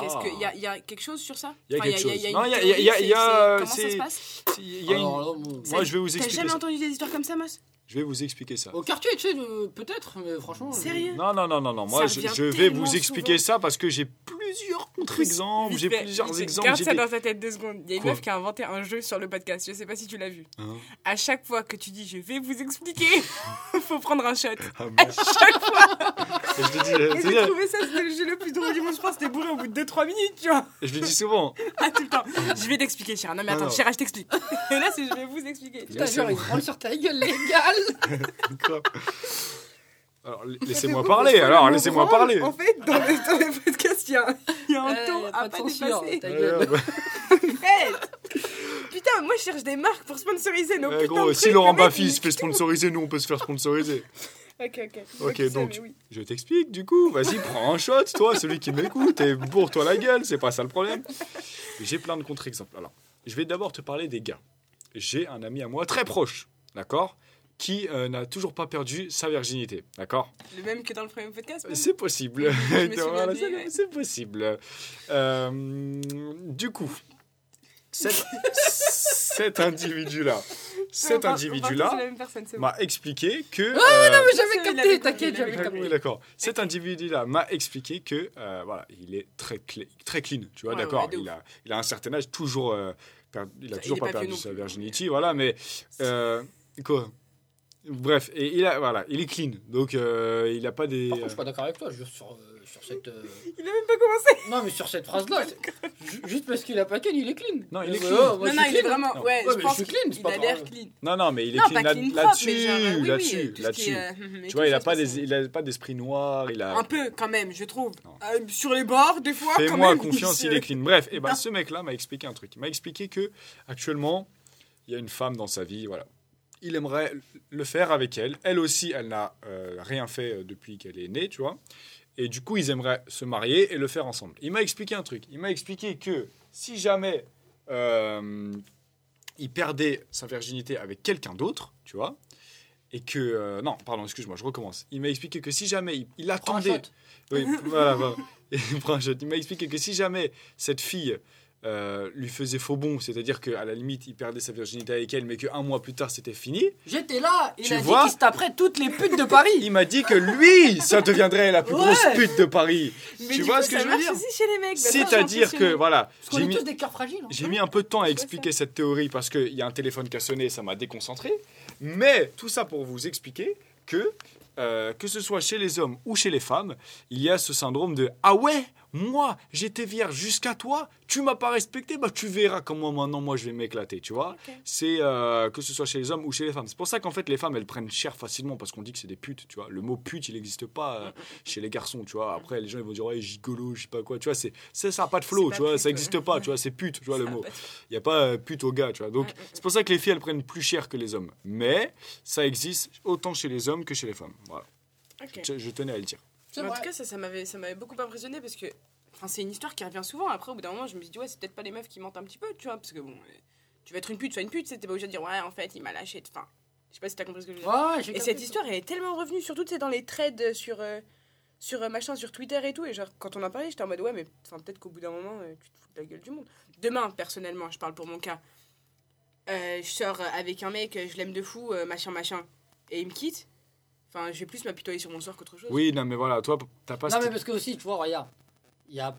S1: Qu'est-ce
S2: Ah.
S1: que. Il y a, y a quelque chose sur ça
S2: Il y a
S1: Enfin,
S2: quelque chose.
S1: y a- y a
S2: Non,
S1: une
S2: il y a-
S1: théorie,
S2: il y a-
S1: c'est-
S2: il y a,
S1: c'est- Comment ça
S2: c'est-
S1: se passe
S2: Il y a une- Oh,
S3: Alors là, bon,
S2: Ah. Moi, je vais vous
S1: T'as
S2: expliquer.
S1: jamais
S2: ça.
S1: entendu des histoires comme ça, Moss
S2: Je vais vous expliquer ça.
S3: Au quartier, tu sais, euh, peut-être, mais franchement. euh, je-
S1: Sérieux
S2: Non, non, non, non, non. Moi,
S1: Ça
S2: je,
S1: revient
S2: je vais
S1: tellement
S2: vous expliquer
S1: souvent.
S2: ça parce que j'ai plusieurs contre-exemples,
S1: Vite
S2: j'ai
S1: fait,
S2: plusieurs
S1: vite fait.
S2: exemples.
S1: Garde
S2: j'ai
S1: ça
S2: des-
S1: dans ta tête deux secondes. Il y a une
S2: Quoi
S1: meuf qui a inventé un jeu sur le podcast. Je sais pas si tu l'as vu.
S2: Hein
S1: À chaque fois que tu dis je vais vous expliquer, faut prendre un shot.
S2: Ah, bah, je le dis- euh,
S1: Et
S2: c'est
S1: j'ai
S2: bien.
S1: trouvé ça, c'était le jeu le plus drôle du monde. Je pense que t'es bourré au bout de 2-3 minutes, tu vois.
S2: Je le dis souvent. Ah,
S1: Ah, tout le temps. Je vais t'expliquer, Chira. Non, mais attends,
S2: Alors.
S1: Chira, je t'explique. Et là, c'est je vais vous expliquer.
S3: Putain, genre, ils prennent sur ta gueule légale.
S2: Grave. Alors, la- laissez-moi
S1: Vous
S2: parler.
S1: comprenez
S2: Alors,
S1: le
S2: laissez-moi
S1: moral
S2: parler.
S1: En fait, dans le, dans le podcast, il y a un, il y a un
S3: Euh,
S1: ton à
S3: de
S1: pas
S3: censure,
S1: dépasser.
S3: ta
S2: Ouais,
S3: gueule.
S2: ouais, bah,
S1: Hey Putain, moi, je cherche des marques pour sponsoriser nos
S2: ouais,
S1: putains
S2: Eh, gros,
S1: de
S2: si
S1: trucs,
S2: Laurent
S1: le mec,
S2: Baffy
S1: il-
S2: se fait sponsoriser, nous on peut se faire sponsoriser.
S1: Ok, ok.
S2: Ok,
S1: ça,
S2: donc.
S1: mais oui.
S2: Je t'explique du coup. Vas-y, prends un shot, toi, celui qui m'écoute, et bourre-toi la gueule, c'est pas ça le problème. J'ai plein de contre-exemples. Alors, je vais d'abord te parler des gars. J'ai un ami à moi très proche, d'accord Qui euh, n'a toujours pas perdu sa virginité, d'accord
S1: Le même que dans le premier podcast même.
S2: C'est possible.
S1: Ah. Je me
S2: Voilà,
S1: souviens de lui,
S2: c'est-
S1: ouais.
S2: C'est possible. Euh, du coup, cet, cet individu-là, cet
S1: On parle- on parle tous de la
S2: individu-là
S1: même personne, c'est bon.
S2: m'a expliqué que. euh,
S3: Mais
S1: C'est
S3: j'avais
S1: vrai, il
S3: capté,
S1: avait
S3: t'inquiète,
S1: compris,
S3: j'avais
S1: il
S2: D'accord, oui,
S3: capté.
S2: d'accord. Cet individu-là m'a expliqué que, euh, voilà, il est très, clé- très clean, tu vois,
S1: Ouais,
S2: d'accord.
S1: ouais, de
S2: il, a, il a un certain âge, toujours, euh, per- il a
S1: Il
S2: toujours
S1: est
S2: pas
S1: pas
S2: perdu
S1: vieux non
S2: sa
S1: plus. hein.
S2: virginity, voilà, mais euh, quoi. Bref, et il a, voilà, il est clean, donc euh, il a pas des.
S3: Par contre, je suis pas d'accord avec toi, juste sur, euh, sur cette. euh,
S1: Il a même pas commencé.
S3: Non, mais sur cette phrase-là, ju- juste parce qu'il a pas ken, il est clean.
S2: Non, il est
S3: Euh,
S2: clean.
S3: ouais, moi, je
S1: non, non,
S3: suis
S1: il est
S3: clean.
S1: vraiment.
S2: Non.
S1: Ouais,
S3: Ouais,
S1: je
S3: mais
S1: pense
S3: je suis clean, c'est
S1: qu'il
S3: pas
S1: a l'air
S3: grave.
S1: clean.
S2: Non, non, mais il est
S1: Non,
S2: clean
S1: pas
S2: là-
S1: clean propre, mais
S2: là-dessus,
S1: genre. euh, oui, oui,
S2: là-dessus,
S1: tout ce qui
S2: là-dessus.
S1: est, euh, hum, hum,
S2: Tu vois, il a
S1: quelque
S2: pas
S1: chose
S2: des,
S1: comme
S2: il a pas d'esprit noir, il
S1: ça.
S2: a.
S1: Un peu, quand même, je trouve.
S2: Non.
S1: Euh, sur les bords, des fois. quand
S2: Fais-moi
S1: même,
S2: confiance,
S1: se- Ah.
S2: il est clean. Bref, et ben
S1: Non.
S2: ce mec-là m'a expliqué un truc. Il m'a expliqué que actuellement, il y a une femme dans sa vie, voilà. Il aimerait le faire avec elle. Elle aussi, elle n'a euh, rien fait euh, depuis qu'elle est née, tu vois. Et du coup, ils aimeraient se marier et le faire ensemble. Il m'a expliqué un truc. Il m'a expliqué que si jamais euh, il perdait sa virginité avec quelqu'un d'autre, tu vois, et que euh, non, pardon, excuse-moi, je recommence. Il m'a expliqué que si jamais il, il
S3: Prends un
S2: attendait,
S3: shot.
S2: oui, voilà, voilà. Et il prend un shot. Il m'a expliqué que si jamais cette fille euh, lui faisait faux bon, c'est-à-dire qu'à la limite, il perdait sa virginité avec elle, mais qu'un mois plus tard, c'était fini,
S3: J'étais là, il
S2: Tu
S3: a dit
S2: vois
S3: qu'il se taperait toutes les putes de Paris.
S2: il m'a dit que lui, ça deviendrait la plus
S3: Ouais.
S2: grosse pute de Paris.
S1: Mais
S2: tu
S1: du
S2: vois
S1: coup,
S2: ce que
S1: ça
S2: je veux
S1: marche
S2: dire
S1: aussi chez les mecs. bah, ça,
S2: C'est-à-dire
S1: j'ai
S2: que,
S1: impressionné.
S2: voilà,
S3: Parce qu'on
S2: j'ai
S3: est
S2: mis,
S3: tous des cœurs fragiles. hein.
S2: j'ai mis un peu de temps à
S1: ça.
S2: expliquer cette théorie parce qu'il y a un téléphone qui a sonné et ça m'a déconcentré. Mais tout ça pour vous expliquer que, euh, que ce soit chez les hommes ou chez les femmes, il y a ce syndrome de Ah ouais, moi, j'étais vierge jusqu'à toi, tu m'as pas respecté, bah tu verras comment maintenant moi je vais m'éclater, tu vois.
S1: Ok.
S2: C'est euh, que ce soit chez les hommes ou chez les femmes. C'est pour ça qu'en fait les femmes elles prennent cher facilement parce qu'on dit que c'est des putes, tu vois. Le mot pute il n'existe pas euh, chez les garçons, tu vois. Après les gens ils vont dire ouais, gigolo, je sais pas quoi, tu vois. C'est c'est- ça, a pas de flow,
S1: pas
S2: tu vois.
S1: pute,
S2: Ça
S1: ouais.
S2: n'existe pas, tu vois. C'est pute, tu vois le
S1: Ça
S2: mot.
S1: va pas.
S2: Il n'y a pas euh, pute au gars, tu vois. Donc,
S1: Ah, bah,
S2: c'est pour ça que les filles, elles prennent plus cher que les hommes. Mais ça existe autant chez les hommes que chez les femmes. Voilà.
S1: Ok.
S2: Je, je tenais à le dire.
S3: C'est
S1: Mais En
S3: vrai.
S1: tout cas, ça, ça m'avait, ça m'avait beaucoup impressionné parce que, enfin, c'est une histoire qui revient souvent. Après, au bout d'un moment, je me suis dit, ouais, c'est peut-être pas les meufs qui mentent un petit peu, tu vois, parce que bon, euh, tu vas être une pute, sois une pute, c'était pas obligé de dire, ouais, en fait, il m'a lâché. Enfin, je sais pas si t'as compris ce que je veux dire.
S3: Ouais, ouais, j'ai
S1: Et
S3: capté.
S1: cette histoire, elle est tellement revenue, surtout, tu sais, dans les trades sur, euh, sur euh, machin, sur Twitter et tout. Et genre, quand on en parlait, j'étais en mode, ouais, mais enfin, peut-être qu'au bout d'un moment, euh, tu te fous de la gueule du monde. Demain, personnellement, je parle pour mon cas. Euh, je sors euh, avec un mec, euh, je l'aime de fou, euh, machin, machin, et il me quitte. Enfin, je vais plus m'apitoyer sur mon sort qu'autre chose.
S2: Oui, non, mais voilà, toi, t'as pas.
S3: Non,
S2: cette-
S3: mais parce que aussi, tu vois, regarde, il y a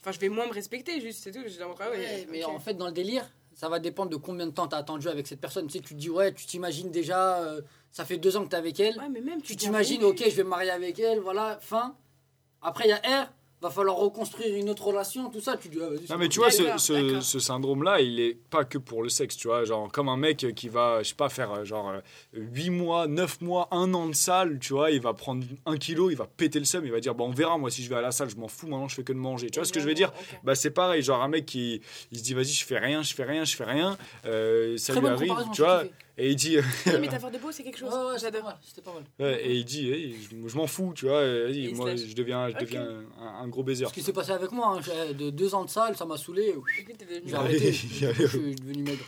S1: Enfin, je vais moins me respecter, juste, c'est tout. Je dis, ah, ouais,
S3: Ouais, mais
S1: ok.
S3: en fait, dans le délire, ça va dépendre de combien de temps t'as attendu avec cette personne. Tu sais, tu te dis, ouais, tu t'imagines déjà, euh, ça fait deux ans que t'es avec elle.
S1: Ouais, mais même,
S3: tu
S1: te dis,
S3: t'imagines,
S1: ah,
S3: ok, je vais me marier avec elle, voilà, fin. Après, il y a R, va falloir reconstruire une autre relation, tout ça. Tu dis, ah, vas-y,
S2: Non,
S3: c'est
S2: mais
S3: bon.
S2: tu vois, ce,
S1: D'accord,
S2: ce-
S1: d'accord.
S2: ce syndrome-là, il est pas que pour le sexe, tu vois. Genre, comme un mec qui va, je sais pas, faire euh, genre 8 mois, 9 mois, 1 an de salle, tu vois, il va prendre 1 kilo, il va péter le seum, il va dire, bah, on verra, moi, si je vais à la salle, je m'en fous, maintenant, je fais que de manger. Tu vois ce que je veux dire
S1: ok.
S2: bah c'est pareil genre un mec qui il se dit vas-y je fais rien je fais rien je fais rien euh, ça
S3: Très
S2: lui
S3: bonne
S2: arrive
S3: comparaison,
S2: tu vois et il dit
S1: La métaphore de beau, c'est quelque chose.
S3: Ouais, ouais, c'était pas
S1: J'adore.
S3: mal, c'était pas mal.
S2: ouais, et il dit hey, je, je m'en fous tu vois euh, vas-y,
S1: Et il se
S2: moi
S1: lâche.
S2: je deviens je
S1: Ok.
S2: deviens un, un gros baiser
S3: Ce qui s'est passé avec moi, hein, j'ai- de deux ans de salle, ça m'a saoulé.
S1: Du coup, t'es devenu-
S3: J'ai
S2: Ah
S3: arrêté,
S2: Il y a-
S3: Du coup, je suis devenu maigre.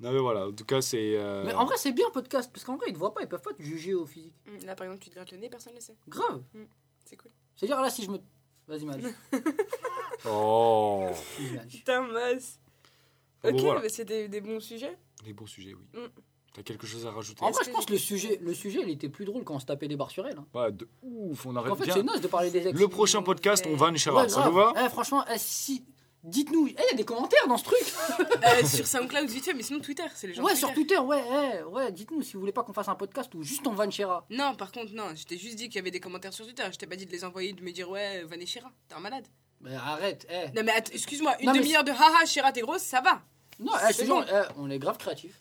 S2: non mais voilà en tout cas c'est euh,
S3: Mais en vrai, c'est bien podcast, parce qu'en vrai, ils te voient pas, ils peuvent pas te juger au physique.
S1: hmm, Là, par exemple, tu te grattes le nez, personne ne le sait.
S3: Grave.
S1: C'est cool.
S3: C'est-à-dire, là, si je me Vas-y, Madge.
S2: Oh
S3: Vas-y, Madge.
S1: Putain, masse.
S2: Bon,
S1: ok,
S2: voilà.
S1: mais c'était des bons sujets.
S2: Des beaux sujets, oui.
S1: Mm.
S2: T'as quelque chose à rajouter
S3: En vrai, je pense que le sujet, le sujet, il était plus drôle quand on se tapait des barres sur elle. hein.
S2: Ouais, de ouf, on arrête
S3: En fait,
S2: bien.
S3: c'est naze de parler des ex.
S2: Le prochain podcast, on va en
S3: Ouais,
S2: Charade, ça
S3: grave.
S2: vous va
S3: Eh, Franchement, eh, si. Dites-nous, Eh, il y a des commentaires dans ce truc
S1: Euh, sur SoundCloud, vite fait, mais sinon Twitter, c'est les gens.
S3: Ouais,
S1: Twitter.
S3: sur Twitter, ouais, eh, ouais, dites-nous si vous voulez pas qu'on fasse un podcast ou juste on vanchera.
S1: Non, par contre, non, je t'ai juste dit qu'il y avait des commentaires sur Twitter. Je t'ai pas dit de les envoyer, de me dire ouais, Vané Chira, t'es un malade.
S3: Mais arrête, eh.
S1: Non, mais att- excuse-moi, une
S3: Non, mais
S1: demi-heure de haha, Chira, t'es grosse, ça va.
S3: Non, eh, je te
S1: C'est
S3: jure,
S1: bon.
S3: eh, on est grave créatifs.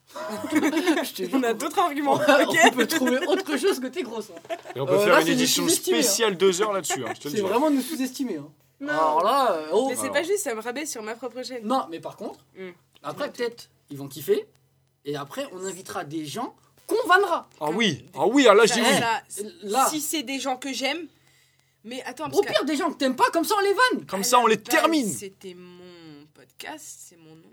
S3: Je te jure,
S1: On a d'autres arguments.
S3: on
S1: ok
S3: peut trouver autre chose que t'es grosse. hein.
S2: Et on peut
S3: Euh,
S2: faire
S3: là,
S2: une
S3: c'est
S2: édition
S3: sous-estimé, hein.
S2: spéciale deux heures là-dessus, hein, je te le dis.
S3: C'est vraiment nous sous-estimer. hein. Alors là, euh, oh.
S1: Mais c'est
S2: Alors.
S1: pas juste, ça me rabaisse sur ma propre chaîne.
S3: Non, mais par contre,
S1: Mm.
S3: après peut-être ils vont kiffer et après on invitera des gens qu'on vannera.
S2: Ah oui, ah oui, ah là je
S1: Ça,
S2: dis
S3: Eh,
S2: oui.
S1: ça,
S3: là.
S1: Si c'est des gens que j'aime. Mais attends,
S3: Au
S1: Ah, parce que-
S3: pire, des gens que t'aimes pas, comme ça on les vanne.
S2: Comme
S1: à
S2: ça, on
S1: la
S2: les
S1: base,
S2: termine.
S1: C'était mon podcast, c'est mon nom.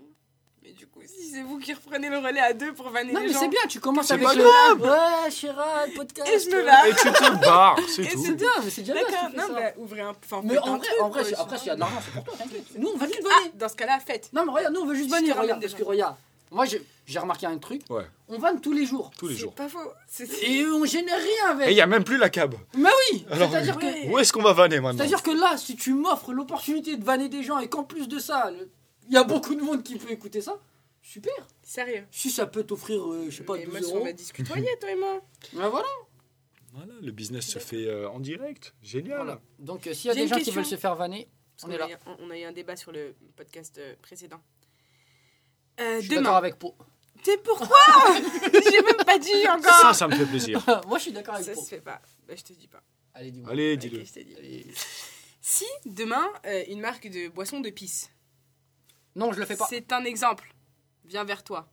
S1: Mais du coup, si c'est vous qui reprenez le relais à deux pour vanner
S3: Non,
S1: les
S3: mais
S1: gens.
S3: c'est bien, tu commences
S2: C'est
S3: avec
S2: pas
S3: le- Ouais, Chira, le podcast.
S1: Et je me
S3: euh,
S1: barre.
S2: Et tu te barres, c'est
S1: Et
S3: C'est
S2: tout.
S3: bien, mais c'est déjà bien.
S1: D'accord,
S3: si tu fais
S1: non,
S3: ça.
S1: bah, ouvrez un. Enfin,
S3: Mais
S1: faites
S3: en
S1: un
S3: vrai,
S1: truc,
S3: en vrai,
S1: quoi,
S3: si-
S1: je sais
S3: après,
S1: pas.
S3: s'il y a de l'argent, c'est pour toi, t'inquiète. Nous, on va juste
S1: Ah,
S3: vanner.
S1: dans ce cas-là, faites.
S3: Non, mais regarde, nous, on veut
S1: Je
S3: juste
S1: te
S3: vanner.
S1: ramène
S3: Regarde,
S1: des
S3: parce
S1: gens.
S3: que regarde, moi, j'ai j'ai remarqué un truc.
S2: Ouais,
S3: On vanne tous les jours.
S2: tous les jours.
S1: C'est pas faux. C'est-
S3: Et on génère rien
S2: Et il
S3: avec.
S2: n'y a Ah même plus la cab.
S3: Mais oui
S2: Alors,
S3: C'est-à-dire que
S1: ouais.
S2: Où est-ce qu'on va vanner maintenant
S3: C'est-à-dire que là, si tu m'offres l'opportunité de vanner des gens et qu'en plus de ça, le- il y a beaucoup de monde qui peut écouter ça, super.
S1: Sérieux.
S3: Si ça peut t'offrir, euh, je sais pas,
S1: Mais
S3: 12
S1: meuf, on
S3: euros.
S1: va discutoyer, toi et moi.
S3: Ben voilà.
S2: Voilà, le business se fait euh, en direct. Génial.
S3: Voilà. Donc euh, s'il y a
S1: J'ai
S3: des
S1: une
S3: gens qui
S1: question.
S3: veulent se faire vanner,
S1: Parce
S3: on
S1: qu'on
S3: est
S1: a
S3: là.
S1: eu- On a eu un débat sur le podcast euh, précédent. Euh,
S3: Je suis d'accord
S1: demain.
S3: avec Po.
S1: T'es pourquoi J'ai même pas dit
S2: Ça,
S1: encore.
S2: ça me fait plaisir.
S3: Moi, je suis d'accord
S1: Ça
S3: avec Po.
S1: se fait pas. Bah, je te dis pas.
S3: Allez, dis-moi.
S2: Allez,
S1: Ok,
S2: dis-le.
S1: je te dis.
S3: Allez.
S1: Si demain euh, une marque de boisson de pisse,
S3: Non, je le fais pas.
S1: c'est un exemple, vient vers toi.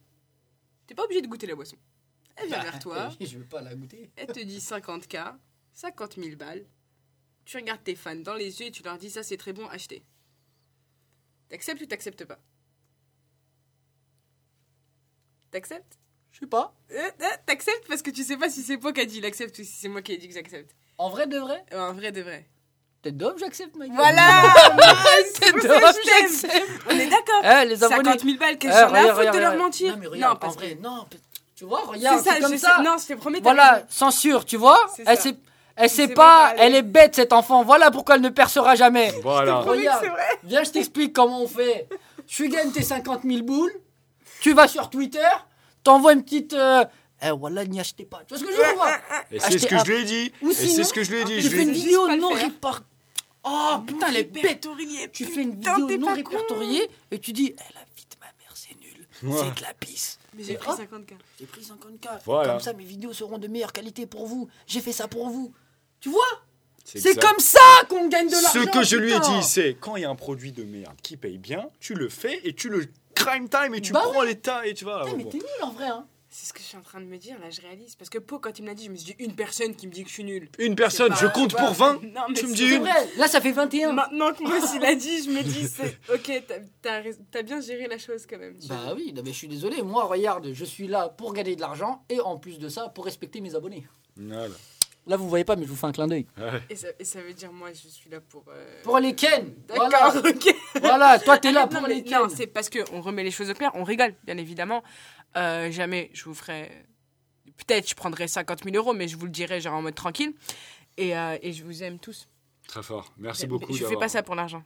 S1: T'es pas obligé de goûter la boisson. Elle vient vers toi.
S3: Bah, Je veux pas la goûter.
S1: Elle te dit 50K, 50 000 balles. Tu regardes tes fans dans les yeux et tu leur dis ça c'est très bon, achetez. T'acceptes ou t'acceptes pas T'acceptes
S3: Je sais pas.
S1: Euh, euh, T'acceptes parce que tu sais pas si c'est moi qui a dit l'accepte ou si c'est moi qui ai dit que j'accepte.
S3: En vrai de vrai,
S1: Euh, En vrai de vrai.
S3: t'es dope, j'accepte, mec.
S1: Voilà
S3: T'es
S1: C'est pour ça
S3: dope,
S1: que je t'aime.
S3: j'accepte.
S1: On est d'accord
S3: Eh, les abonnés.
S1: 50 000 balles,
S3: Eh,
S1: qu'est-ce que j'en ai à foutre de
S3: regarde, regarde,
S1: leur
S3: regarde.
S1: mentir
S3: Non, mais regarde,
S1: parce
S3: en
S1: que-
S3: vrai, non. peut- Tu vois,
S1: C'est
S3: regarde,
S1: ça,
S3: c'est
S1: je
S3: comme
S1: sais-
S3: ça.
S1: Non, je te promets. t'as
S3: Voilà,
S1: raison.
S3: censure, tu vois
S1: C'est
S3: Elle
S1: ça.
S3: sait, elle
S1: sait
S3: sait pas,
S1: même pas, elle-
S3: elle est bête cette enfant, voilà pourquoi elle ne percera jamais.
S1: Je te
S2: Voilà.
S1: promets que
S3: Regarde.
S1: c'est vrai.
S3: Viens, je t'explique comment on fait. Tu gagnes tes 50 000 boules, tu vas sur Twitter, t'envoies une petite... euh, Eh voilà, n'y achetez pas. Tu vois ce que je veux voir
S2: Et c'est ce que je lui ai dit.
S3: Ou
S2: Et
S3: sinon,
S2: c'est ce que je lui ai dit.
S3: Tu
S2: Je lui
S3: fais
S2: ai
S3: une
S2: dit.
S1: juste
S3: vidéo
S1: pas le
S3: non
S1: faire.
S3: répertoriée. Oh putain, elle est bête
S1: Répertoriée,
S3: Tu fais une
S1: putain,
S3: vidéo
S1: t'es
S3: non
S1: pas con.
S3: répertoriée et tu dis Eh la vie de ma mère, c'est nul,
S2: Ouais.
S3: c'est de la pisse.
S1: Mais j'ai
S3: Et
S1: pris
S3: hop.
S1: 50K.
S3: J'ai pris 50K,
S2: Voilà.
S3: comme ça mes vidéos seront de meilleure qualité pour vous. J'ai fait ça pour vous. Tu vois C'est
S2: exact.
S3: comme ça qu'on gagne de l'argent.
S2: Ce que je lui ai
S3: putain.
S2: dit, c'est quand il y a un produit de merde qui paye bien, tu le fais et tu le crime time et tu
S3: Bah
S2: prends les tas et tu vas.
S3: Putain, mais
S2: bon.
S3: t'es nul en vrai. Hein.
S1: C'est ce que je suis en train de me dire, là, je réalise. Parce que Po, quand il me l'a dit, je me suis dit, une personne qui me dit que je suis nulle.
S2: Une personne,
S1: C'est
S2: je
S1: pas-
S2: compte
S1: tu vois,
S2: pour 20.
S1: non, mais
S2: tu me
S1: c'est
S2: dis
S3: C'est
S2: une.
S3: vrai. Là, ça fait 21.
S1: Maintenant que moi, s'il a dit, je me dis, c'est- ok, t'as- t'as rais- t'as bien géré la chose quand même. tu
S3: Bah oui, non, mais je suis désolé. Moi, regarde, je suis là pour gagner de l'argent et en plus de ça, pour respecter mes abonnés.
S2: Voilà.
S3: Là, vous voyez pas, mais je vous fais un clin d'œil.
S1: vois. Et ça, et ça veut dire, moi, je suis là pour. euh,
S3: Pour les Ken.
S1: D'accord,
S3: Voilà,
S1: ok.
S3: voilà, toi, t'es là
S1: non,
S3: pour
S1: mais-
S3: les Ken.
S1: non, c'est parce qu'on remet les choses au clair, on rigole, bien évidemment. Euh, jamais je vous ferai. Peut-être je prendrai 50 000 euros, mais je vous le dirai genre en mode tranquille. Et, euh, et je vous aime tous.
S2: Très fort. Merci
S1: Mais-
S2: beaucoup.
S1: mais Je fais
S2: d'avoir-
S1: pas ça pour l'argent.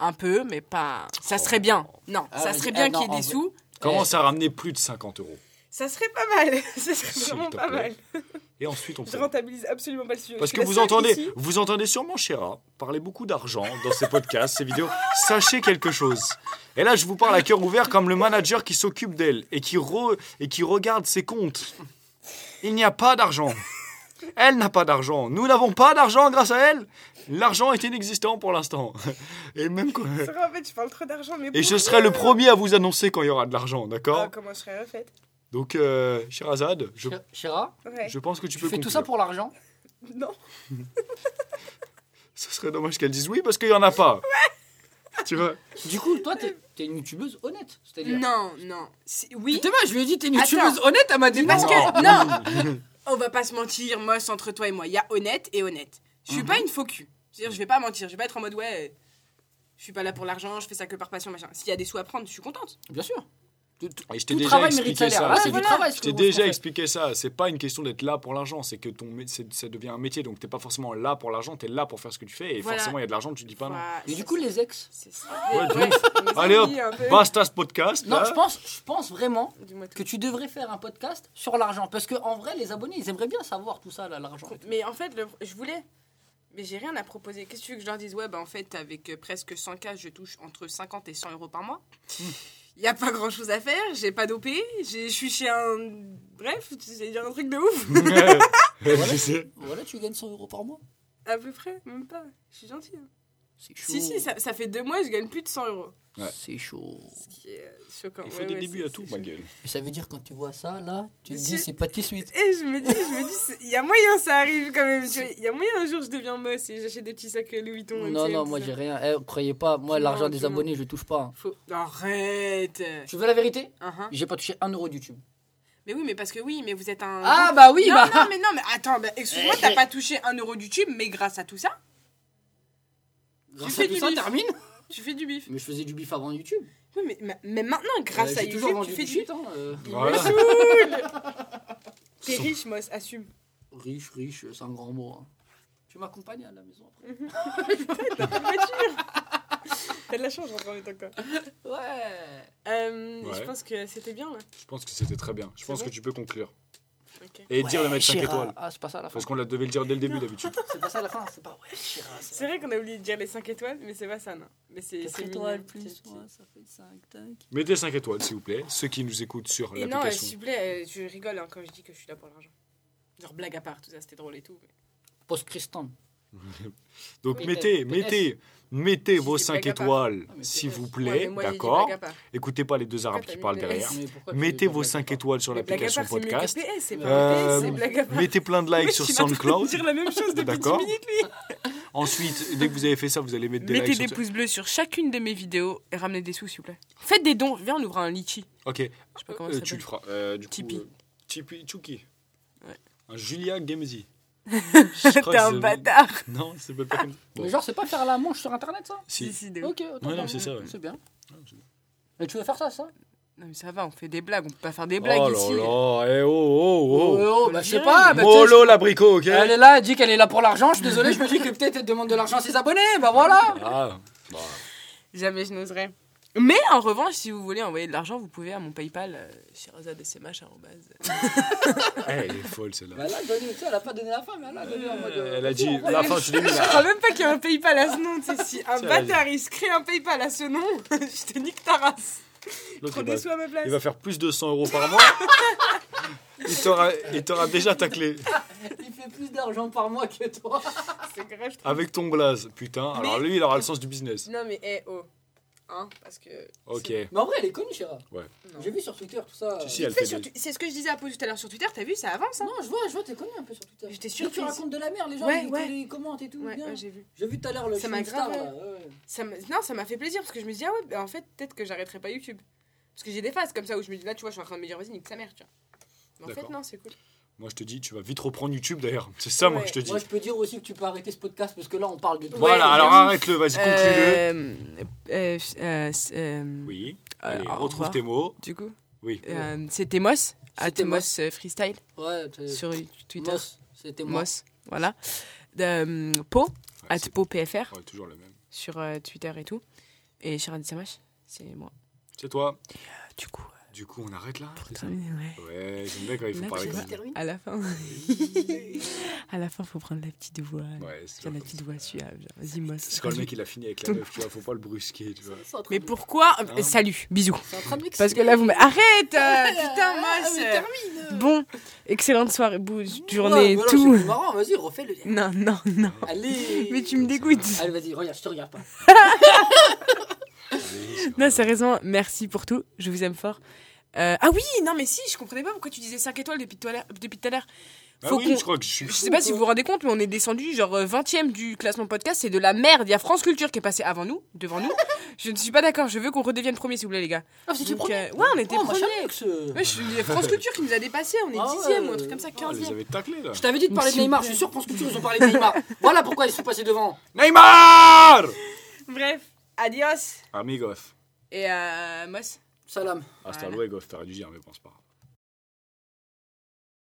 S1: Un peu, mais pas. Ça serait bien. Non,
S3: Ah,
S1: ça
S3: vas-y.
S1: serait
S3: Ah,
S1: bien
S3: non,
S1: qu'il y ait
S3: en
S1: des
S3: vrai.
S1: sous.
S3: Eh,
S2: Commence à ramener plus de 50 euros.
S1: Ça serait pas mal. Ça serait
S2: S'il
S1: vraiment
S2: te
S1: pas
S2: plaît.
S1: mal.
S2: Et ensuite, on
S1: Je
S2: fait.
S1: rentabilise absolument pas le sujet.
S2: Parce
S1: Je suis
S2: que
S1: la
S2: vous
S1: seule
S2: entendez,
S1: ici.
S2: vous entendez sûrement Chéra parler beaucoup d'argent dans ses podcasts, ses vidéos. Sachez quelque chose. Et là, je vous parle à cœur ouvert comme le manager qui s'occupe d'elle et qui re- et qui regarde ses comptes. Il n'y a pas d'argent. Elle n'a pas d'argent. Nous n'avons pas d'argent grâce à elle. L'argent est inexistant pour l'instant. Et même quand-
S1: C'est vrai, En fait, je parle trop d'argent, mais.
S2: Et
S1: pour-
S2: je serai le premier à vous annoncer quand il y aura de l'argent,
S1: Ah,
S2: d'accord
S1: comment je serais refaite
S2: Donc, euh, Sherazade, je,
S3: Ch- Chéra,
S1: Ouais.
S2: je pense que tu,
S3: tu
S2: peux
S3: fais tout ça
S2: conclure.
S3: pour l'argent.
S1: Non.
S2: Ce serait dommage qu'elle dise oui parce qu'il n'y en a pas. Tu vois
S3: Du coup, toi, t'es t'es une youtubeuse honnête. C'est-à-dire.
S1: Non, non. Si- Oui.
S3: Putain, je lui ai dit, t'es une
S1: Attends.
S3: youtubeuse honnête, elle m'a dit
S1: Parce
S3: non.
S1: que,
S2: Mhm.
S1: non On va pas se mentir, moi, c'est entre toi et moi, il y a honnête et honnête. Je suis pas une faux cul. C'est-à-dire, je vais pas mentir, je vais pas être en mode ouais, je suis pas là pour l'argent, je fais ça que par passion, machin. S'il y a des sous à prendre, je suis contente.
S3: Bien sûr. Tout,
S2: Ah, Et je t'ai
S3: tout
S2: déjà
S3: travail mérite
S2: expliqué
S3: salaire.
S2: ça.
S3: Ouais,
S2: c'est du-
S3: voilà. travail,
S2: Je
S3: ce
S2: t'ai
S3: que vous- ce qu'on
S2: déjà
S3: fait.
S2: expliqué ça. C'est pas une question d'être là pour l'argent, c'est que ton mé- c'est- ça devient un métier. Donc t'es pas forcément là pour l'argent, t'es là pour faire ce que tu fais. Et
S1: Voilà.
S2: forcément, il y a de l'argent, tu dis pas non.
S1: Voilà,
S3: Mais
S1: c'est-
S3: du coup, les ex.
S1: c'est ça.
S2: Ouais,
S1: Ouais,
S2: de
S1: ouais,
S2: ouf.
S1: on
S2: Allez
S1: les a
S2: hop, Bah,
S1: mis un peu.
S2: Basta ce podcast. hein.
S3: Non,
S2: là.
S3: je pense, je pense vraiment
S1: Dis-moi tout.
S3: que tu devrais faire un podcast sur l'argent. Parce que en vrai, les abonnés, ils aimeraient bien savoir tout ça, là, l'argent.
S1: Mais en fait, le- je voulais. Mais j'ai rien à proposer. Qu'est-ce que tu veux que je leur dise Ouais, bah en fait, avec euh, presque 100K, je touche entre 50 et 100 euros par mois.
S2: Hmm.
S1: Il n'y a pas grand chose à faire, j'ai pas dopé, j'ai- je suis chez un. Bref, c'est un truc de ouf.
S2: Je sais.
S3: Voilà, tu gagnes 100 euros par mois.
S1: à peu près, même pas. Je suis gentille. hein.
S3: C'est chaud.
S1: Si, si, ça, ça fait deux mois, je gagne plus de 100 euros.
S2: Ouais.
S3: C'est chaud.
S1: Ce qui est euh, choquant.
S2: Il faut
S1: Ouais,
S2: des
S1: ouais,
S2: débuts
S1: c'est-
S2: à tout,
S1: c'est
S2: ma
S1: chaud.
S2: gueule.
S3: Mais ça veut dire quand tu vois ça, là, tu te
S1: Mais si-
S3: dis, c'est pas de qui suite.
S1: Et je me dis, je me dis, c'est- il y a moyen, ça arrive quand même. tu vois. Il y a moyen un jour, je deviens mosse et j'achète des petits sacs Louis Vuitton.
S3: Non,
S1: MCM,
S3: non,
S1: tout
S3: moi
S1: ça.
S3: j'ai rien. Eh, croyez pas, moi
S1: Non,
S3: l'argent
S1: tu
S3: des
S1: mens.
S3: abonnés, je le touche pas.
S1: Faut- Arrête
S3: Tu veux la vérité
S1: Uhum.
S3: J'ai pas touché un euro de YouTube.
S1: Mais oui, mais parce que oui, mais vous êtes un.
S3: Ah bah oui,
S1: non,
S3: bah
S1: non, mais non, mais attends, bah, excuse-moi,
S3: Eh,
S1: t'as
S3: eh.
S1: pas touché un euro du tube, mais grâce à tout ça,
S3: Grâce
S1: fais
S3: à tout
S1: du
S3: ça,
S1: bif.
S3: termine
S1: tu fais du bif.
S3: Mais je faisais du bif avant YouTube.
S1: Oui, mais, mais- mais maintenant, grâce
S3: Euh,
S1: à
S3: j'ai toujours
S1: YouTube,
S3: vendu
S1: tu fais
S3: du
S1: du
S3: shit,
S1: bif.
S3: hein, euh,
S1: Il me
S2: Voilà.
S1: saoule T'es riche, Moss, assume.
S3: Euh, Riche, riche, c'est un grand mot. hein. Tu m'accompagnes à la maison après
S1: T'as plus de voiture T'as de la chance, j'entends les tocs, toi.
S3: Ouais
S1: Euh,
S2: Ouais.
S1: Je pense que c'était bien, là.
S2: Je pense que c'était très bien. Je pense
S1: vrai
S2: que tu peux conclure.
S1: Ok.
S2: Et dire le
S3: Ouais,
S2: mettre 5
S3: Shira.
S2: étoiles.
S3: Ah, c'est pas ça la fin.
S2: Parce qu'on la devait le dire dès le début d'habitude.
S3: C'est pas ça la fin, c'est pas ouais, Shira.
S1: C'est vrai qu'on a oublié de dire les 5 étoiles, mais c'est pas ça, non. Mais c'est. c'est mignon, c'est petit.
S3: ça fait 5, tac.
S2: Mettez 5 étoiles, s'il vous plaît. Ceux qui nous écoutent sur
S1: Et non, euh, s'il
S2: l'application.
S1: vous plaît, euh, je rigole hein, quand je dis que je suis là pour l'argent. Genre blague à part, tout ça, c'était drôle et tout.
S3: Post Christian.
S2: Donc
S1: euh,
S3: Oui,
S2: mettez,
S3: peut-être.
S2: mettez, mettez
S1: Si
S2: vos
S1: c'est
S2: 5
S1: blague à part.
S2: étoiles,
S3: Ah, mais
S2: s'il
S3: peut-être.
S2: vous
S1: Ouais,
S2: plaît.
S1: mais moi, j'ai dit
S2: D'accord
S1: blague à part.
S2: Écoutez pas les deux arabes
S1: Pourquoi
S2: qui
S1: t'as
S2: parlent
S1: mis le
S2: derrière.
S1: S
S2: Mettez vos 5 étoiles sur
S1: Les blagues à
S2: l'application
S1: part, c'est mieux que
S2: podcast.
S1: PS, c'est pas
S2: Euh,
S1: PS, c'est blague à part.
S2: Mettez plein de likes
S1: Mec,
S2: sur
S1: il est en train de
S2: SoundCloud.
S1: dire la même chose depuis 10
S2: D'accord.
S1: minutes, lui.
S2: Ensuite, dès que vous avez fait ça, vous allez mettre des
S1: Mettez
S2: likes.
S1: des
S2: sur-
S1: pouces bleus sur chacune de mes vidéos et ramenez des sous, s'il vous plaît. Faites des dons. Viens, on ouvre un litchi.
S2: Ok,
S1: Je sais pas comment
S2: euh,
S1: ça
S2: tu le
S1: s'appelle.
S2: feras. Euh, du coup,
S1: Tipeee.
S2: euh, Tipeee, Tchouki.
S1: Ouais.
S2: Un Julia Gemzi.
S1: T'es un bâtard.
S2: Non, c'est pas comme ça. Bon,
S3: Mais genre, c'est pas faire la manche sur internet ça
S1: Si,
S2: si.
S1: si, de ouf.
S3: Ok, autant
S2: Ouais, non,
S3: pour
S2: c'est
S3: moi.
S2: ça, ouais.
S3: C'est bien.
S2: c'est
S3: Mais tu veux faire ça, ça
S1: Non, mais ça va, on fait des blagues. On peut pas faire des
S2: Oh
S1: blagues
S2: là
S1: ici.
S2: là, eh oh, oh, oh.
S3: oh,
S1: Faut
S3: bah
S1: le
S3: je sais
S1: dire.
S3: pas. Bah, tu sais,
S2: Molo l'abricot, ok
S3: Elle est là, elle dit qu'elle est là pour l'argent. Je suis désolé, je me dis que peut-être elle demande de l'argent à ses abonnés. Bah voilà.
S2: Ah, bah,
S1: Jamais je n'oserais. Mais en revanche, si vous voulez envoyer de l'argent, vous pouvez à mon PayPal, euh, shirazadesmh, arrobase.
S2: eh, elle est folle celle-là.
S3: Bah là, donné, tu sais, elle a pas donné la fin, mais elle a donné en mode. euh,
S2: Elle a dit,
S3: vas-y, on
S2: la fin, je l'ai mis
S1: Je
S2: là.
S1: crois même pas qu'il y a un PayPal à ce nom. tu sais, Si un
S2: Ça va,
S1: bâtard il se crée un PayPal à ce nom, je te nique ta race.
S2: L'autre,
S1: Trop
S2: il va-
S1: déçu à ma place.
S2: Il va faire plus de 100 euros par mois. Il t'aura- Il t'aura déjà ta clé
S3: Il fait plus d'argent par mois que toi.
S1: C'est grave. trop-
S2: avec ton blaze, putain. Alors lui, il aura le sens du business.
S1: Non mais eh oh. Hein, parce que.
S2: Ok.
S1: c'est-
S3: Mais en vrai, elle est connue, Chira.
S1: non.
S3: J'ai vu sur Twitter tout ça.
S2: Si, si, elle
S1: Tu sais,
S2: fait
S1: sur
S2: des-
S1: tu- C'est ce que je disais à Pau tout à l'heure sur Twitter, t'as vu, ça avance. Hein
S3: Non, je vois, je vois, t'es connu un peu sur Twitter.
S1: J'étais
S3: Mais Tu
S1: surprise.
S3: racontes de la merde, les gens
S1: Ouais,
S3: ils,
S1: ouais.
S3: ils commentent et tout.
S1: Ouais,
S3: bien.
S1: ouais, j'ai vu.
S3: J'ai vu tout à l'heure le
S1: Ça
S3: film
S1: m'a
S3: Star,
S1: grave-
S3: là. ouais, ouais.
S1: Ça me- Non, ça m'a fait plaisir parce que je me dis, ah ouais, bah, en fait, peut-être que j'arrêterai pas YouTube. Parce que j'ai des phases comme ça où je me dis, là, tu vois, je suis en train de me dire, vas-y, nique sa mère, tu vois. Mais en fait,
S2: D'accord.
S1: non, c'est cool.
S2: Moi, je te dis, tu vas vite reprendre YouTube d'ailleurs. C'est ça, moi,
S1: Ouais.
S2: que je te dis.
S3: Moi, je peux dire aussi que tu peux arrêter ce podcast parce que là, on parle de toi.
S2: Voilà,
S1: Ouais,
S2: alors
S1: j'avoue.
S2: arrête-le, vas-y, conclue-le.
S1: Euh, euh, euh, euh,
S2: Oui.
S1: euh,
S2: Allez,
S1: au
S2: retrouve
S1: revoir.
S2: tes mots.
S1: Du coup,
S2: Oui.
S1: euh, c'était Moss, à
S3: C'était
S1: Moss
S3: Moss.
S1: euh, Freestyle
S2: ah.
S3: Ouais, t'es-
S1: sur Twitter.
S3: Moss, c'était moi.
S1: Moss, voilà. De, euh, Po,
S2: Ouais,
S1: at
S2: c'est-
S1: Po PFR
S2: ouais, toujours le même.
S1: sur euh, Twitter et tout. Et Sharon Samash, c'est moi.
S2: C'est toi.
S1: Euh, du coup, euh,
S2: Du coup, on arrête là
S1: pour
S2: c'est ça
S1: terminer, ouais.
S2: Ouais, j'aime bien quand il faut
S1: Là,
S2: parler
S1: c'est
S2: comme
S1: ça. À la fin, à la fin, faut prendre la petite voix.
S2: ça. Ouais, c'est
S1: Tiens, la
S2: comme
S1: petite
S2: ça.
S1: voix suave. genre, Vas-y, Moss.
S2: C'est quand le mec il a fini avec la meuf, tu vois, faut pas le brusquer, tu vois.
S3: C'est en train
S1: Mais
S3: de-
S1: pourquoi
S2: Hein
S1: Salut, bisous.
S3: c'est en train de mixer.
S1: Parce que là, vous me. Arrête euh, Putain,
S3: Ah,
S1: Moss
S3: mais
S1: euh,
S3: termine.
S1: Bon, excellente soirée, bou-
S3: Ouais,
S1: journée,
S3: voilà,
S1: tout.
S3: C'est plus marrant, vas-y, refais le.
S1: Non, non, non.
S3: Allez.
S1: Mais tu me dégoûtes.
S3: Allez, vas-y, regarde, je te regarde pas.
S1: Non, sérieusement, merci pour tout. Je vous aime fort. Euh, ah oui, non, mais si, je comprenais pas pourquoi tu disais 5 étoiles depuis tout à l'heure- depuis tout à l'heure.
S2: Bah
S1: Faut
S2: oui,
S1: qu'on-
S2: je crois que je suis.
S1: Je sais pas si vous vous rendez compte, mais on est descendu genre euh, 20ème du classement podcast. C'est de la merde. Il y a France Culture qui est passé avant nous, devant nous. Je ne suis pas d'accord. Je veux qu'on redevienne premier, s'il vous plaît, les gars.
S3: Ah, c'était
S1: Donc,
S3: premier
S1: euh, ouais, on était
S3: Oh, moi,
S1: premier.
S3: j'avais que ce-
S1: Ouais, je- il y a France Culture qui nous a dépassé. On est
S3: Ah ouais.
S1: 10ème ou un truc comme ça,
S2: Ah, vous les
S1: 15ème.
S2: avez taclés là.
S3: Je t'avais dit de parler de
S1: s'il vous
S3: Neymar, je
S1: plaît.
S3: suis sûr, pense que ils ont parlé de Neymar. voilà pourquoi ils sont passés devant.
S2: Neymar
S1: Bref, adios.
S2: Amigos.
S1: Et euh, Moss.
S3: Salam.
S2: Hasta
S1: Voilà.
S2: luego, t'aurais dû dire, mais pense pas. grave.